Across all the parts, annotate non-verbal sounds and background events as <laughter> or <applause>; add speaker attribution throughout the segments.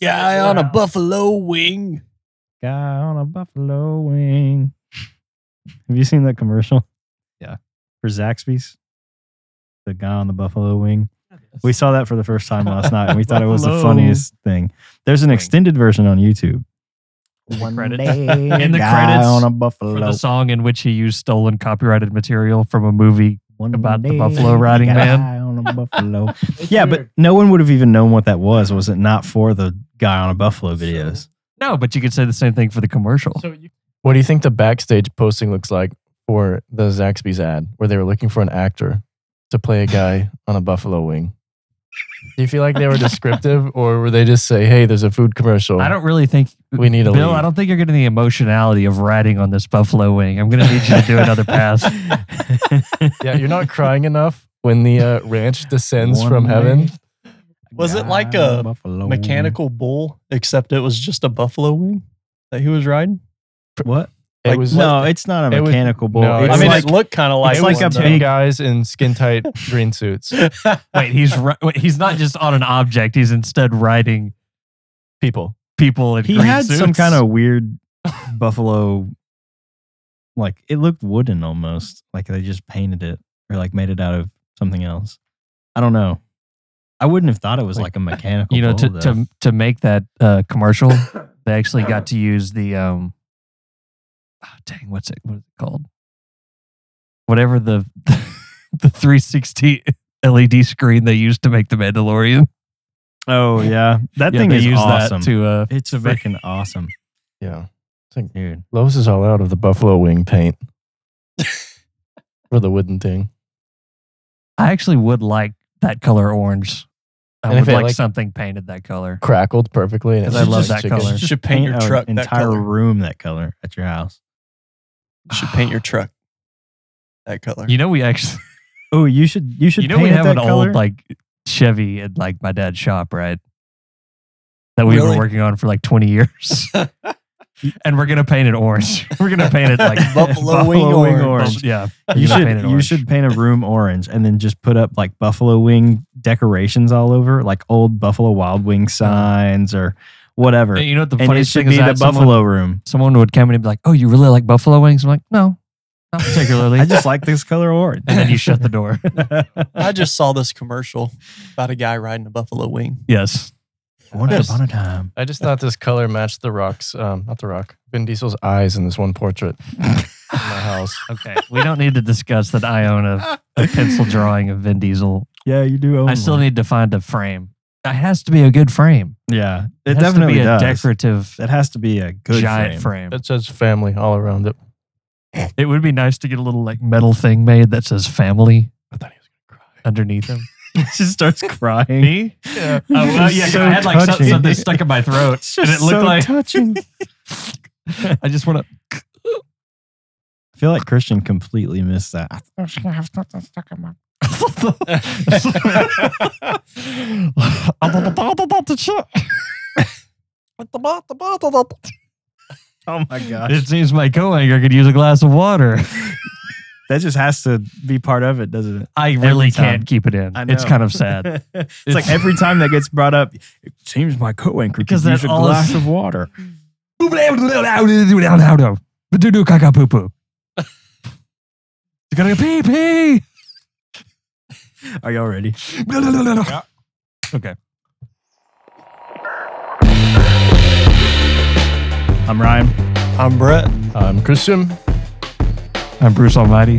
Speaker 1: Guy on a buffalo wing.
Speaker 2: Guy on a buffalo wing. Have you seen that commercial?
Speaker 3: Yeah.
Speaker 2: For Zaxby's? The guy on the buffalo wing. We saw that for the first time last night and we thought it was the
Speaker 3: Buffalo
Speaker 2: funniest thing. There's an
Speaker 3: wing.
Speaker 2: extended version on YouTube. One
Speaker 3: credits.
Speaker 2: day,
Speaker 3: <laughs> In the
Speaker 2: guy
Speaker 3: credits
Speaker 2: on a
Speaker 3: for
Speaker 2: buffalo.
Speaker 3: the song in which he used stolen copyrighted material from a movie.
Speaker 2: One
Speaker 3: about the
Speaker 2: day,
Speaker 3: buffalo riding
Speaker 2: guy
Speaker 3: man.
Speaker 2: on a buffalo.
Speaker 3: <laughs>
Speaker 2: yeah, but no one would have even known what that was was it not for the guy on a buffalo <laughs> videos.
Speaker 3: No, but you could say the same thing for the commercial.
Speaker 4: So you- what do you think the backstage posting looks like for the Zaxby's ad, where they were looking for an actor to play a guy on a buffalo wing? Do you feel like they were
Speaker 3: <laughs>
Speaker 4: descriptive, or were they just say, "Hey, there's a food commercial"?
Speaker 3: I don't really think
Speaker 4: We need a
Speaker 3: Bill.
Speaker 4: lead.
Speaker 3: I don't think you're getting the emotionality of riding on this buffalo wing. I'm gonna need you to do another pass.
Speaker 2: <laughs>
Speaker 4: Yeah, you're
Speaker 3: <laughs>
Speaker 4: not crying enough when the uh, ranch descends
Speaker 2: One
Speaker 4: from
Speaker 2: day,
Speaker 4: heaven.
Speaker 1: Was it like
Speaker 2: guy on
Speaker 1: a
Speaker 2: buffalo
Speaker 1: Mechanical bull, except it was just a buffalo wing that he was
Speaker 2: wing.
Speaker 1: riding.
Speaker 2: What?
Speaker 4: it was
Speaker 2: no, it's not a
Speaker 4: it was-
Speaker 2: mechanical bull.
Speaker 4: no,
Speaker 2: it's
Speaker 1: I mean,
Speaker 2: like
Speaker 1: it looked kind of like
Speaker 2: it's
Speaker 4: it was
Speaker 2: like a
Speaker 4: ten
Speaker 2: big-
Speaker 4: guys in skin
Speaker 3: <laughs>
Speaker 4: tight green suits.
Speaker 3: Wait, he's ri- wait, he's not just on an object. He's instead riding
Speaker 4: People,
Speaker 3: people in
Speaker 2: he
Speaker 3: green
Speaker 2: had some
Speaker 3: suits.
Speaker 2: kind of weird buffalo. Like it looked wooden almost, like they just painted it or like made it out of something else. I don't know. I wouldn't have thought it was like a mechanical.
Speaker 3: you know to
Speaker 2: bull, though.
Speaker 3: to to make that uh, commercial. They actually got to use the um. ah, dang, what's it? What's it called? Whatever the <laughs> the 360 LED E screen they used to make the Mandalorian.
Speaker 2: <laughs> oh yeah, that
Speaker 3: Yeah,
Speaker 2: thing
Speaker 3: they
Speaker 2: is
Speaker 3: used
Speaker 2: awesome.
Speaker 3: that to uh,
Speaker 2: It's
Speaker 3: to make-
Speaker 2: freaking awesome,
Speaker 4: yeah.
Speaker 2: dude.
Speaker 4: Lois is all out of the buffalo wing
Speaker 3: <laughs>
Speaker 4: paint for the wooden thing.
Speaker 3: I actually would like that color orange. I
Speaker 4: And if
Speaker 3: would
Speaker 4: it,
Speaker 3: like,
Speaker 4: like-
Speaker 3: something painted that color.
Speaker 4: Crackled perfectly, and it
Speaker 3: 'Cause I
Speaker 4: was
Speaker 3: love
Speaker 4: just
Speaker 3: that
Speaker 4: chicken.
Speaker 3: color.
Speaker 1: You should paint your
Speaker 2: an
Speaker 1: truck that
Speaker 2: entire
Speaker 1: color.
Speaker 2: room that color at your house.
Speaker 1: You should paint your truck that color.
Speaker 3: You know, we actually,
Speaker 2: Oh, you should you should
Speaker 3: you know,
Speaker 2: paint
Speaker 3: we
Speaker 2: it
Speaker 3: have
Speaker 2: that
Speaker 3: an
Speaker 2: color?
Speaker 3: old like Chevy at like my dad's shop, right? That we've
Speaker 1: Really?
Speaker 3: been working on for like 20 <laughs> years. and we're going to paint it orange. <laughs> We're going to paint it like
Speaker 1: Buffalo
Speaker 2: Buffalo
Speaker 1: wing
Speaker 2: wing
Speaker 1: orange.
Speaker 2: orange.
Speaker 3: Yeah. we're
Speaker 2: <laughs> you
Speaker 3: gonna
Speaker 2: should
Speaker 3: paint it
Speaker 2: you
Speaker 3: orange. <laughs>
Speaker 2: should paint a room orange and then just put up like buffalo wing decorations all over, like old Buffalo Wild Wing signs or whatever.
Speaker 3: And Uh-huh. you know what the
Speaker 2: and it
Speaker 3: funniest
Speaker 2: should
Speaker 3: thing is?
Speaker 2: be
Speaker 3: I
Speaker 2: the
Speaker 3: had someone-
Speaker 2: buffalo
Speaker 3: <laughs>
Speaker 2: room.
Speaker 3: Someone would come in and be like, "Oh, you really like buffalo wings?" I'm like, "No, not <laughs> particularly."
Speaker 2: I just like this color orange.
Speaker 3: and then you shut the
Speaker 2: <laughs>
Speaker 3: door.
Speaker 1: I just saw this commercial about a guy riding a buffalo wing.
Speaker 3: <laughs> yes.
Speaker 2: Once
Speaker 3: I just-
Speaker 2: upon a time.
Speaker 4: I just thought this color matched the rocks, um, not the rock, Vin Diesel's eyes in this one
Speaker 3: <laughs>
Speaker 4: portrait in my house.
Speaker 3: Okay. We don't need to discuss that I own a, a pencil drawing of Vin Diesel.
Speaker 2: Yeah, you do own
Speaker 3: I still
Speaker 2: one.
Speaker 3: need to find a frame. That has to be a good frame.
Speaker 2: Yeah. It,
Speaker 3: has
Speaker 2: definitely
Speaker 3: to be a
Speaker 2: does.
Speaker 3: decorative
Speaker 2: It has to be a good
Speaker 3: giant
Speaker 2: <laughs> frame.
Speaker 3: frame.
Speaker 4: It says family all around it.
Speaker 3: It would be nice to get a little like metal thing made that says family
Speaker 4: I thought he was gonna cry.
Speaker 3: underneath him. <laughs>
Speaker 2: she starts crying.
Speaker 3: Me? <laughs>
Speaker 4: Yeah.
Speaker 3: Oh, well, yeah, 'cause I had like some- something stuck in my throat.
Speaker 2: It's
Speaker 3: and
Speaker 2: just
Speaker 3: it looked
Speaker 2: so
Speaker 3: like
Speaker 2: touching.
Speaker 3: <laughs> I just <laughs> want to
Speaker 2: I feel like Christian completely missed that.
Speaker 3: it
Speaker 2: Oh my gosh.
Speaker 3: seems my co-anchor could use a glass of water.
Speaker 2: that just has to be part of it, doesn't it?
Speaker 3: I really
Speaker 2: time.
Speaker 3: can't keep it in.
Speaker 2: I
Speaker 3: It's
Speaker 2: know.
Speaker 3: kind of sad.
Speaker 2: it's, like every time that gets brought up, it seems my co-anchor could
Speaker 3: Because
Speaker 2: use
Speaker 3: that's
Speaker 2: a
Speaker 3: all
Speaker 2: glass
Speaker 3: it's-
Speaker 2: of water.
Speaker 3: Do caca poo poo. You <laughs> gotta go pee pee.
Speaker 2: Are y'all ready?
Speaker 3: Okay.
Speaker 2: I'm Ryan.
Speaker 1: I'm Brett.
Speaker 4: I'm Um, Christian.
Speaker 3: I'm Bruce Almighty.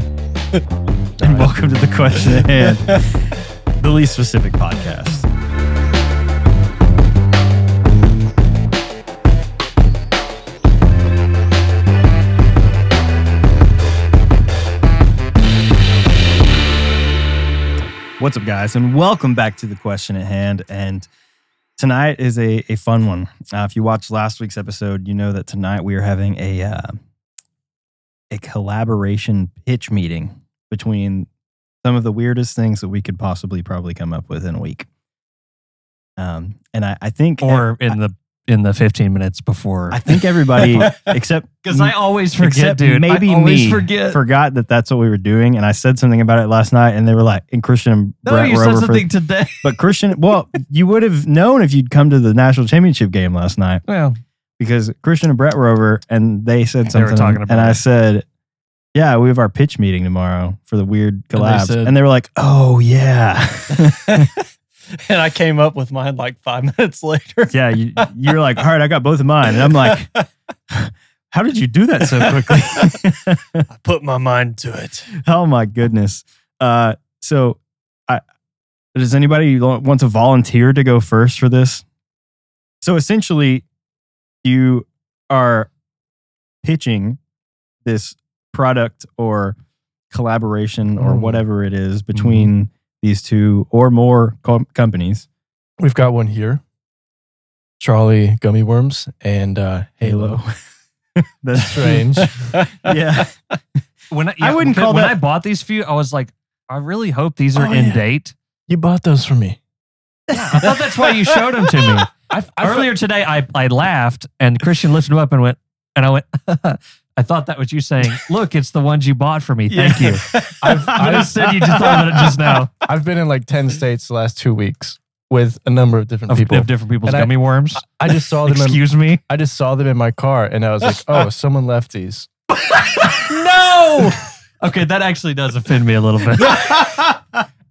Speaker 2: And welcome to the question at
Speaker 3: <laughs>
Speaker 2: hand, the least specific podcast. What's up, guys, and welcome back to the question at hand. And tonight is a, a fun one. Uh, if you watched last week's episode, you know that tonight we are having a uh, a collaboration pitch meeting between some of the weirdest things that we could possibly probably come up with in a week. Um, and I, I think
Speaker 3: Or in the in the 15 minutes before.
Speaker 2: I
Speaker 3: <laughs>
Speaker 2: think everybody except
Speaker 3: Because I always forget,
Speaker 2: except
Speaker 3: dude.
Speaker 2: Maybe
Speaker 3: I always
Speaker 2: me
Speaker 3: forget.
Speaker 2: forgot that that's what we were doing, and I said something about it last night, and they were like, and Christian and
Speaker 3: no,
Speaker 2: Brett
Speaker 3: you
Speaker 2: were
Speaker 3: said
Speaker 2: over for,
Speaker 3: something today.
Speaker 2: but Christian, well, you would have known if you'd come to the national championship game last night
Speaker 3: <laughs> Well,
Speaker 2: because Christian and Brett were over, and they said
Speaker 3: They were
Speaker 2: something,
Speaker 3: talking about
Speaker 2: and I
Speaker 3: it.
Speaker 2: said. Yeah, we have our pitch meeting tomorrow for the weird
Speaker 3: And they
Speaker 2: collabs.
Speaker 3: said-
Speaker 2: and they were like, oh,
Speaker 3: <laughs>
Speaker 2: yeah.
Speaker 1: <laughs> and I came up with mine like five <laughs> minutes later.
Speaker 2: Yeah, you you were like, all right, I got both of mine, and I'm
Speaker 3: <laughs>
Speaker 2: like, how did you do that so
Speaker 3: <laughs>
Speaker 2: quickly?
Speaker 1: I put my mind to it.
Speaker 2: oh my goodness. Uh, so, I does anybody lo- want to volunteer to go first for this? So essentially, you are pitching this product or collaboration or
Speaker 4: Mhm.
Speaker 2: whatever it is between these two or more com- companies.
Speaker 4: We've got one here. Charlie gummy worms and uh, Halo.
Speaker 2: That's
Speaker 3: <laughs>
Speaker 4: Strange.
Speaker 2: <laughs>
Speaker 1: <laughs>
Speaker 2: yeah.
Speaker 3: when I,
Speaker 2: I
Speaker 3: yeah,
Speaker 2: wouldn't call
Speaker 3: when
Speaker 2: that-
Speaker 3: I bought these few, I was like, I really hope these are
Speaker 4: Oh,
Speaker 3: in
Speaker 4: yeah.
Speaker 3: date. <laughs>
Speaker 4: you bought those for me.
Speaker 3: I thought that's why you showed them to <laughs> me.
Speaker 4: I,
Speaker 3: Earlier today, I, I laughed and Christian lifted up and went, and I went, <laughs> I thought that was you saying, look, it's the ones you bought for me. Thank you. <laughs>
Speaker 4: I've,
Speaker 3: I
Speaker 4: I've,
Speaker 3: just said you just thought of it just
Speaker 2: <laughs>
Speaker 3: now
Speaker 4: I've been in like 10 states the last two weeks with a number of different
Speaker 3: of,
Speaker 4: people.
Speaker 3: of different people's
Speaker 4: And I-
Speaker 3: gummy worms.
Speaker 4: I just saw them. In,
Speaker 3: Excuse me.
Speaker 4: I just saw them in my car, and I was <laughs> like, "Oh, someone left these."
Speaker 3: No. okay, that actually does offend me a little
Speaker 2: <laughs>
Speaker 3: bit.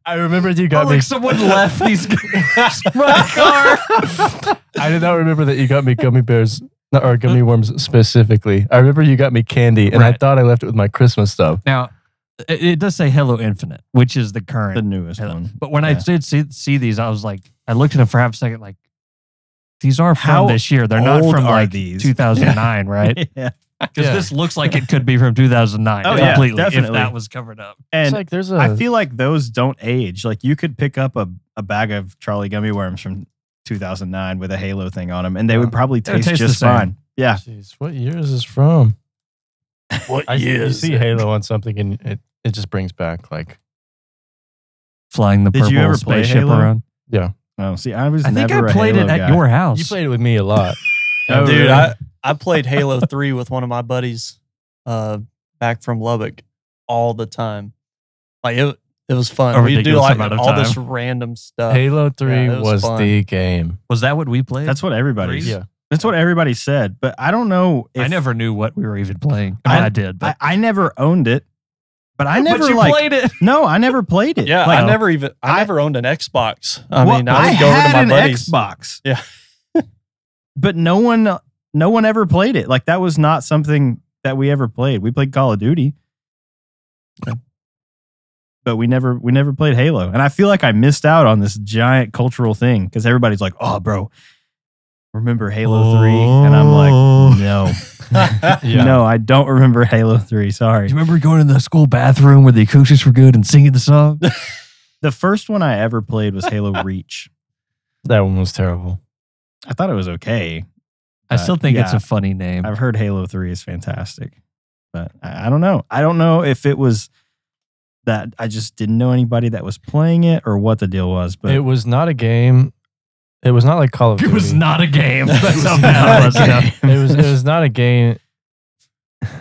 Speaker 4: I remembered you
Speaker 3: Oh,
Speaker 4: got me.
Speaker 3: look, someone left these guys in <laughs> my car.
Speaker 4: I did not remember that you got me gummy bears no, or <laughs> gummy worms specifically. I remember you got me candy, and I
Speaker 3: Right.
Speaker 4: thought I left it with my Christmas stuff.
Speaker 3: Now, it, it does say Hello Infinite, which is the current.
Speaker 2: the newest
Speaker 3: Hello.
Speaker 2: one.
Speaker 3: but when I
Speaker 2: yeah.
Speaker 3: did see, see these, I was like, I looked at them for half a second, like, these are from
Speaker 2: How
Speaker 3: this year. They're not
Speaker 2: old
Speaker 3: from
Speaker 2: are
Speaker 3: like
Speaker 2: these?
Speaker 3: 2009, right?
Speaker 2: <laughs> Yeah.
Speaker 3: Because
Speaker 4: Yeah.
Speaker 3: this looks like it could be from 2009
Speaker 2: Oh,
Speaker 4: yeah,
Speaker 3: completely if
Speaker 2: definitely.
Speaker 3: that was covered up.
Speaker 4: It's
Speaker 2: And
Speaker 4: like there's a.
Speaker 2: I feel like those don't age. Like you could pick up a, a bag of Charlie gummy worms from 2009 with a halo thing on them and they would probably
Speaker 3: They would
Speaker 2: taste,
Speaker 3: taste the
Speaker 2: just
Speaker 3: same.
Speaker 2: fine. Yeah.
Speaker 4: Jeez, what year is this from?
Speaker 1: What
Speaker 4: I you see Halo on something, and it, it just brings back like
Speaker 3: Flying the
Speaker 2: Did
Speaker 3: purple
Speaker 2: you ever play
Speaker 3: spaceship
Speaker 2: Halo?
Speaker 3: around.
Speaker 2: Oh, see, I was
Speaker 3: I think I
Speaker 2: never a
Speaker 3: played
Speaker 2: Halo
Speaker 3: it at
Speaker 2: guy.
Speaker 3: your house.
Speaker 4: you played it with me a <laughs> lot.
Speaker 2: Oh,
Speaker 1: Dude,
Speaker 2: really?
Speaker 1: I, I played Halo <laughs> 3 with one of my buddies uh, back from Lubbock all the time. Like, it, it was
Speaker 3: A
Speaker 1: fun. We do
Speaker 3: ridiculous
Speaker 1: like
Speaker 3: amount of
Speaker 1: all this random stuff.
Speaker 4: Halo Three
Speaker 1: Yeah, it was
Speaker 4: was,
Speaker 1: fun.
Speaker 4: the game.
Speaker 3: was that what we played?
Speaker 2: That's what everybody
Speaker 3: Threes?
Speaker 4: Yeah.
Speaker 2: That's what everybody said, but I don't know if
Speaker 3: I never knew what we were even playing. I, mean, I, did,
Speaker 2: I,
Speaker 3: but
Speaker 2: I never owned it. But I never
Speaker 3: <laughs> but you
Speaker 2: like
Speaker 3: played it.
Speaker 2: No, I never played it.
Speaker 1: Yeah,
Speaker 2: Like,
Speaker 1: I never even I,
Speaker 2: I-
Speaker 1: never owned an Xbox. I
Speaker 2: Well,
Speaker 1: mean, I would go over
Speaker 2: had
Speaker 1: to my
Speaker 2: an
Speaker 1: buddies.
Speaker 2: Xbox.
Speaker 1: Yeah. <laughs>
Speaker 2: but no one, no one ever played it. Like that was not something that we ever played. We played Call of Duty, but we never, we never played Halo. And I feel like I missed out on this giant cultural thing because everybody's like, "Oh, bro, remember Halo 3? And I'm like,
Speaker 1: Oh.
Speaker 3: Oh.
Speaker 1: <laughs>
Speaker 2: "No, <laughs>
Speaker 4: Yeah.
Speaker 2: no, I don't remember Halo 3.
Speaker 3: <laughs>
Speaker 2: Sorry."
Speaker 3: Do you remember going to the school bathroom where the acoustics were good and singing the <laughs> song?
Speaker 2: The first one I ever played was Halo Reach.
Speaker 4: That one was terrible.
Speaker 2: I thought it was okay.
Speaker 3: I still think it's
Speaker 2: Yeah.
Speaker 3: a funny name.
Speaker 2: <laughs> I've heard Halo 3 is fantastic, but I, I don't know. I don't know if it was that I just didn't know anybody that was playing it or what the deal was, but <laughs>
Speaker 4: it was <laughs> not a game. It was not like Call of
Speaker 3: It
Speaker 4: Duty.
Speaker 3: was not a <laughs> game. That's how
Speaker 1: It was
Speaker 3: bad it was.
Speaker 2: not a
Speaker 3: yeah.
Speaker 2: game.
Speaker 4: It was. It was not a game. I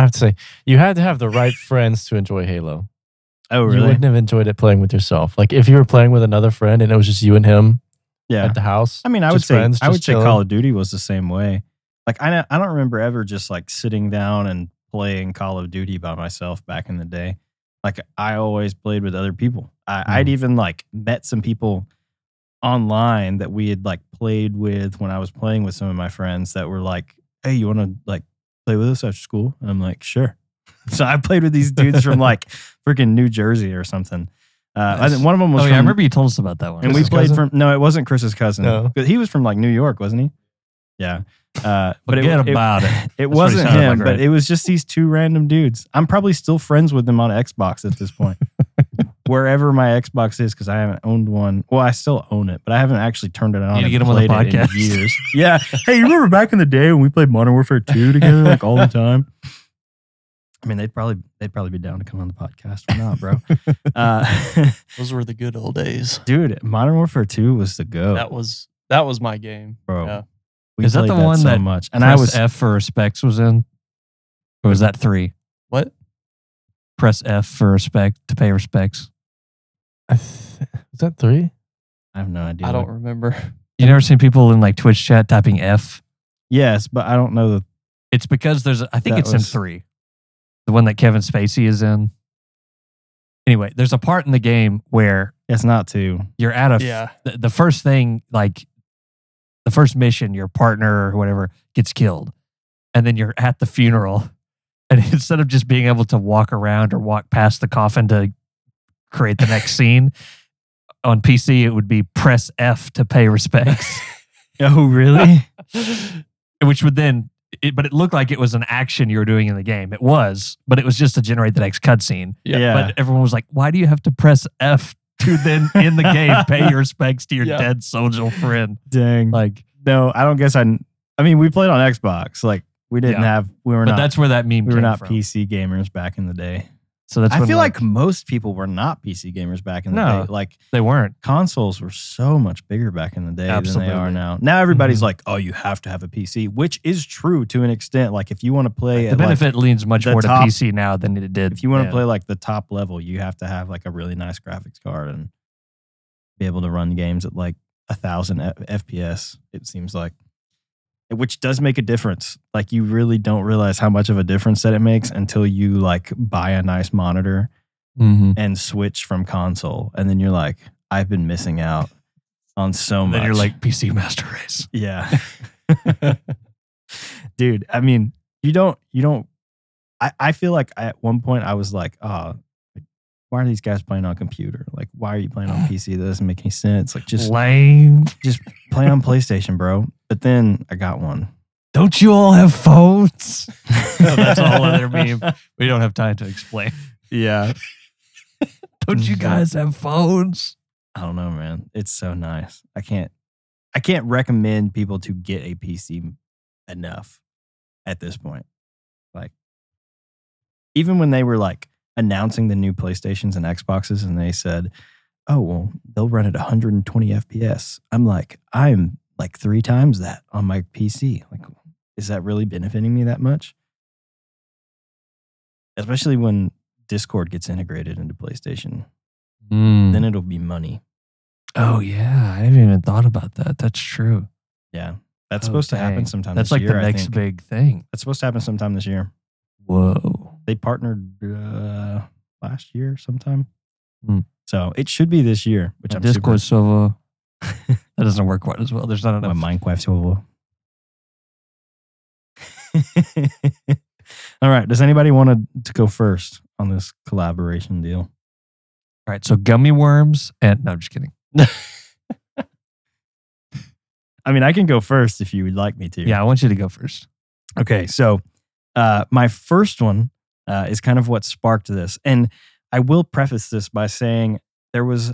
Speaker 4: have to say, you had to have the right friends to enjoy Halo.
Speaker 2: <laughs> oh,
Speaker 4: You
Speaker 2: really?
Speaker 4: wouldn't have enjoyed it playing with yourself. Like if you were playing with another friend and it was just you and him
Speaker 2: Yeah. Um,
Speaker 4: at the house.
Speaker 2: I mean, I would
Speaker 4: just
Speaker 2: say
Speaker 4: friends,
Speaker 2: I would
Speaker 4: just
Speaker 2: say
Speaker 4: chilling.
Speaker 2: Call of Duty was the same way. Like I don't- I don't remember ever just like sitting down and playing Call of Duty by myself back in the day. Like I always played with other people. I, I'd even like met some people online that we had like played with when I was playing with some of my friends that were like, "Hey, you want to like play with us after school?" And I'm like, "Sure." <laughs> So I played with these dudes from like freaking New Jersey or something. Uh, I
Speaker 3: Nice.
Speaker 2: think one of them was
Speaker 3: Oh,
Speaker 2: from
Speaker 3: yeah, I remember you told us about that one.
Speaker 2: and we
Speaker 4: Chris's
Speaker 2: played
Speaker 4: cousin?
Speaker 2: from no, it wasn't Chris's cousin.
Speaker 4: No.
Speaker 2: But he was from like New York, wasn't he? Yeah. Uh, but it,
Speaker 3: Forget
Speaker 2: it,
Speaker 3: about it.
Speaker 2: it
Speaker 3: what he
Speaker 2: wasn't
Speaker 3: sounded
Speaker 2: him,
Speaker 3: like,
Speaker 2: but
Speaker 3: right?
Speaker 2: it was just these two random dudes. I'm probably still friends with them on Xbox at this <laughs> point. Wherever my Xbox is, because I haven't owned one. Well, I still own it, but I haven't actually turned it on.
Speaker 3: need to
Speaker 2: and
Speaker 3: get him on the
Speaker 2: played it in
Speaker 3: podcast. <laughs>
Speaker 2: Years. yeah. Hey, you remember back in the day when we played Modern Warfare 2 together like all the time? I mean, they'd probably they'd probably be down to come on the podcast. Why not, <laughs> bro? uh, <laughs>
Speaker 1: Those were the good old days.
Speaker 2: dude, Modern Warfare 2 was the go.
Speaker 1: That was that was my game.
Speaker 2: Oh. Bro.
Speaker 1: Yeah.
Speaker 2: We
Speaker 3: Is that
Speaker 2: played
Speaker 3: the one
Speaker 2: so
Speaker 3: that
Speaker 2: much?
Speaker 3: <laughs> And
Speaker 2: And I was
Speaker 3: F for specs was in, or was that three?
Speaker 1: What?
Speaker 3: Press F for respect to pay respects.
Speaker 4: I th- is that three?
Speaker 2: I have no idea.
Speaker 1: I don't
Speaker 2: what-
Speaker 1: remember.
Speaker 3: You never seen people in like Twitch chat typing F?
Speaker 2: Yes, but I don't know the
Speaker 3: It's because there's, a- I think
Speaker 2: That
Speaker 3: it's
Speaker 2: was-
Speaker 3: in three, the one that Kevin Spacey is in. Anyway, there's a part in the game where
Speaker 2: it's not two. <laughs>
Speaker 3: you're at a, f-
Speaker 1: Yeah.
Speaker 3: the, the first thing, like the first mission, your partner or whatever gets killed. And then you're at the funeral. <laughs> And instead of just being able to walk around or walk past the coffin to create the next scene, on PC, it would be press F to pay respects, <laughs>
Speaker 2: Oh really?
Speaker 3: which would then, it, but it looked like it was an action you were doing in the game. It was, but it was just to generate the next cutscene.
Speaker 1: Yeah.
Speaker 3: But everyone was like, why do you have to press F to then in the game
Speaker 2: <laughs>
Speaker 3: pay your respects to your
Speaker 1: Yeah.
Speaker 3: dead soldier friend?
Speaker 2: Dang.
Speaker 3: Like,
Speaker 2: no, I don't guess I. I mean, we played on Xbox. Like we didn't
Speaker 3: Yeah.
Speaker 2: have. We were
Speaker 3: but
Speaker 2: not.
Speaker 3: that's where that meme
Speaker 2: we were
Speaker 3: came
Speaker 2: not
Speaker 3: from.
Speaker 2: PC gamers back in the day.
Speaker 3: So that's
Speaker 2: I
Speaker 3: when,
Speaker 2: feel like, most people were not PC gamers back in the
Speaker 3: No.
Speaker 2: day. Like
Speaker 3: they weren't.
Speaker 2: consoles were so much bigger back in the day than they are
Speaker 3: Absolutely.
Speaker 2: now. Now everybody's
Speaker 3: Mhm.
Speaker 2: like, oh, you have to have a PC, which is true to an extent. Like if you want to play,
Speaker 3: The
Speaker 2: at, like,
Speaker 3: benefit leans much
Speaker 2: the
Speaker 3: more
Speaker 2: top-
Speaker 3: to PC now than it did.
Speaker 2: if you want to
Speaker 3: then.
Speaker 2: play like the top level, you have to have like a really nice graphics card and be able to run games at like a thousand F- FPS. It seems like, which does make a difference. Like you really don't realize how much of a difference that it makes until you like buy a nice monitor and switch from console, and then you're like, I've been missing out on so much.
Speaker 3: then you're like PC Master Race.
Speaker 2: yeah, <laughs> dude. I mean, you don't, you don't. I, I feel like I, at one point I was like, oh, like, why are these guys playing on computer? Like, why are you playing on
Speaker 3: <gasps>
Speaker 2: PC? That doesn't make any sense. Like, just
Speaker 3: lame.
Speaker 2: play on PlayStation, bro. But then I
Speaker 3: <laughs>
Speaker 2: got one.
Speaker 3: Don't you all have phones?
Speaker 2: No,
Speaker 3: Oh, that's a
Speaker 4: <laughs>
Speaker 3: whole other meme. We don't have time to explain.
Speaker 2: Yeah,
Speaker 3: <laughs> Don't you guys have phones?
Speaker 2: I don't know, man. It's so nice. I can't, I can't recommend people to get a PC enough at this point. Like, even when they were like announcing the new PlayStations and Xboxes, and they said, "Oh, well, they'll run at 120 FPS," I'm like, I'm like three times that on my PC. Like, is that really benefiting me that much? Especially when Discord gets integrated into PlayStation, then it'll be money.
Speaker 3: Oh yeah, I haven't even thought about that. That's true.
Speaker 2: Yeah. That's
Speaker 3: Oh,
Speaker 2: supposed to
Speaker 3: dang.
Speaker 2: happen sometime
Speaker 3: That's like
Speaker 2: this year.
Speaker 3: the
Speaker 2: I
Speaker 3: next
Speaker 2: think.
Speaker 3: big thing.
Speaker 2: That's supposed to happen sometime this year.
Speaker 3: Whoa.
Speaker 2: They partnered uh, last year sometime.
Speaker 3: Hmm.
Speaker 2: So it should be this year, which I'm
Speaker 3: Discord server.
Speaker 2: <laughs>
Speaker 3: that doesn't work quite as well. There's not
Speaker 2: super,
Speaker 3: enough.
Speaker 2: my Minecraft over. <laughs> All right. Does anybody want to, to go first on this collaboration deal?
Speaker 3: All right, so gummy worms and no, I'm just kidding.
Speaker 2: I mean, I can go first if you would like me to.
Speaker 3: Yeah, I want you to go first.
Speaker 2: Okay, so uh, my first one uh, is kind of what sparked this, and I will preface this by saying there was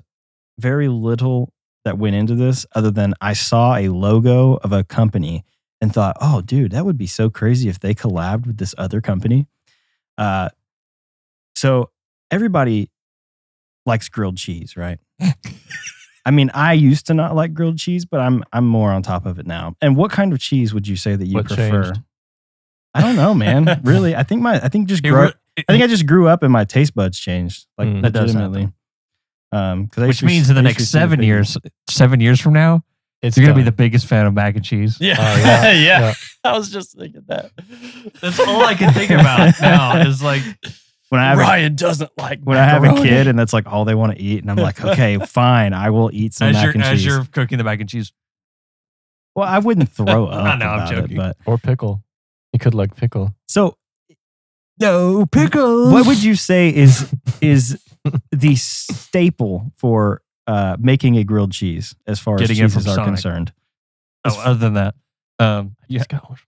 Speaker 2: very little that went into this other than I saw a logo of a company and thought, "Oh, dude, that would be so crazy if they collabed with this other company." Uh, so everybody likes grilled
Speaker 4: <laughs>
Speaker 2: cheese, right? I mean, I used to not like grilled cheese, but I'm I'm more on top of it now. And what kind of cheese would you say that you
Speaker 4: What
Speaker 2: prefer?
Speaker 4: changed?
Speaker 2: I don't know,
Speaker 3: <laughs>
Speaker 2: man. really, I think my I think just
Speaker 3: It
Speaker 2: grow,
Speaker 3: re-
Speaker 2: I think I just grew up and my taste buds changed, like
Speaker 4: Mm.
Speaker 3: That does
Speaker 2: legitimately. Um, 'cause I
Speaker 3: which
Speaker 2: used to be-
Speaker 3: means in the
Speaker 2: I used to
Speaker 3: next
Speaker 2: see
Speaker 3: seven
Speaker 2: big-
Speaker 3: years, seven years from now,
Speaker 4: It's
Speaker 3: you're gonna be
Speaker 4: done.
Speaker 3: the biggest fan of mac and cheese.
Speaker 1: <laughs> Yeah.
Speaker 4: Oh,
Speaker 1: yeah.
Speaker 2: <laughs>
Speaker 4: yeah. Yeah.
Speaker 1: I was just thinking that.
Speaker 3: That's all I can think about now. Is like
Speaker 2: when I have a,
Speaker 1: Ryan doesn't like
Speaker 2: when I have a
Speaker 1: macaroni.
Speaker 2: kid and that's like all they want to eat, and I'm
Speaker 3: <laughs>
Speaker 2: like, okay, fine, I will eat some
Speaker 3: as
Speaker 2: mac
Speaker 3: you're
Speaker 2: and
Speaker 3: as
Speaker 2: cheese.
Speaker 3: you're cooking the mac and cheese.
Speaker 2: Well, I
Speaker 3: <laughs>
Speaker 2: wouldn't throw up.
Speaker 3: I know, I'm
Speaker 2: about it,
Speaker 3: joking.
Speaker 2: but
Speaker 4: or pickle. You could like pickle.
Speaker 2: so
Speaker 3: No pickles.
Speaker 2: what would you say
Speaker 4: <laughs>
Speaker 2: is is the staple for uh, making a grilled cheese as far
Speaker 3: Getting it
Speaker 2: as
Speaker 3: from
Speaker 2: cheeses are
Speaker 3: Sonic.
Speaker 2: concerned?
Speaker 3: Oh, other than that, um, yeah,
Speaker 4: It's got one-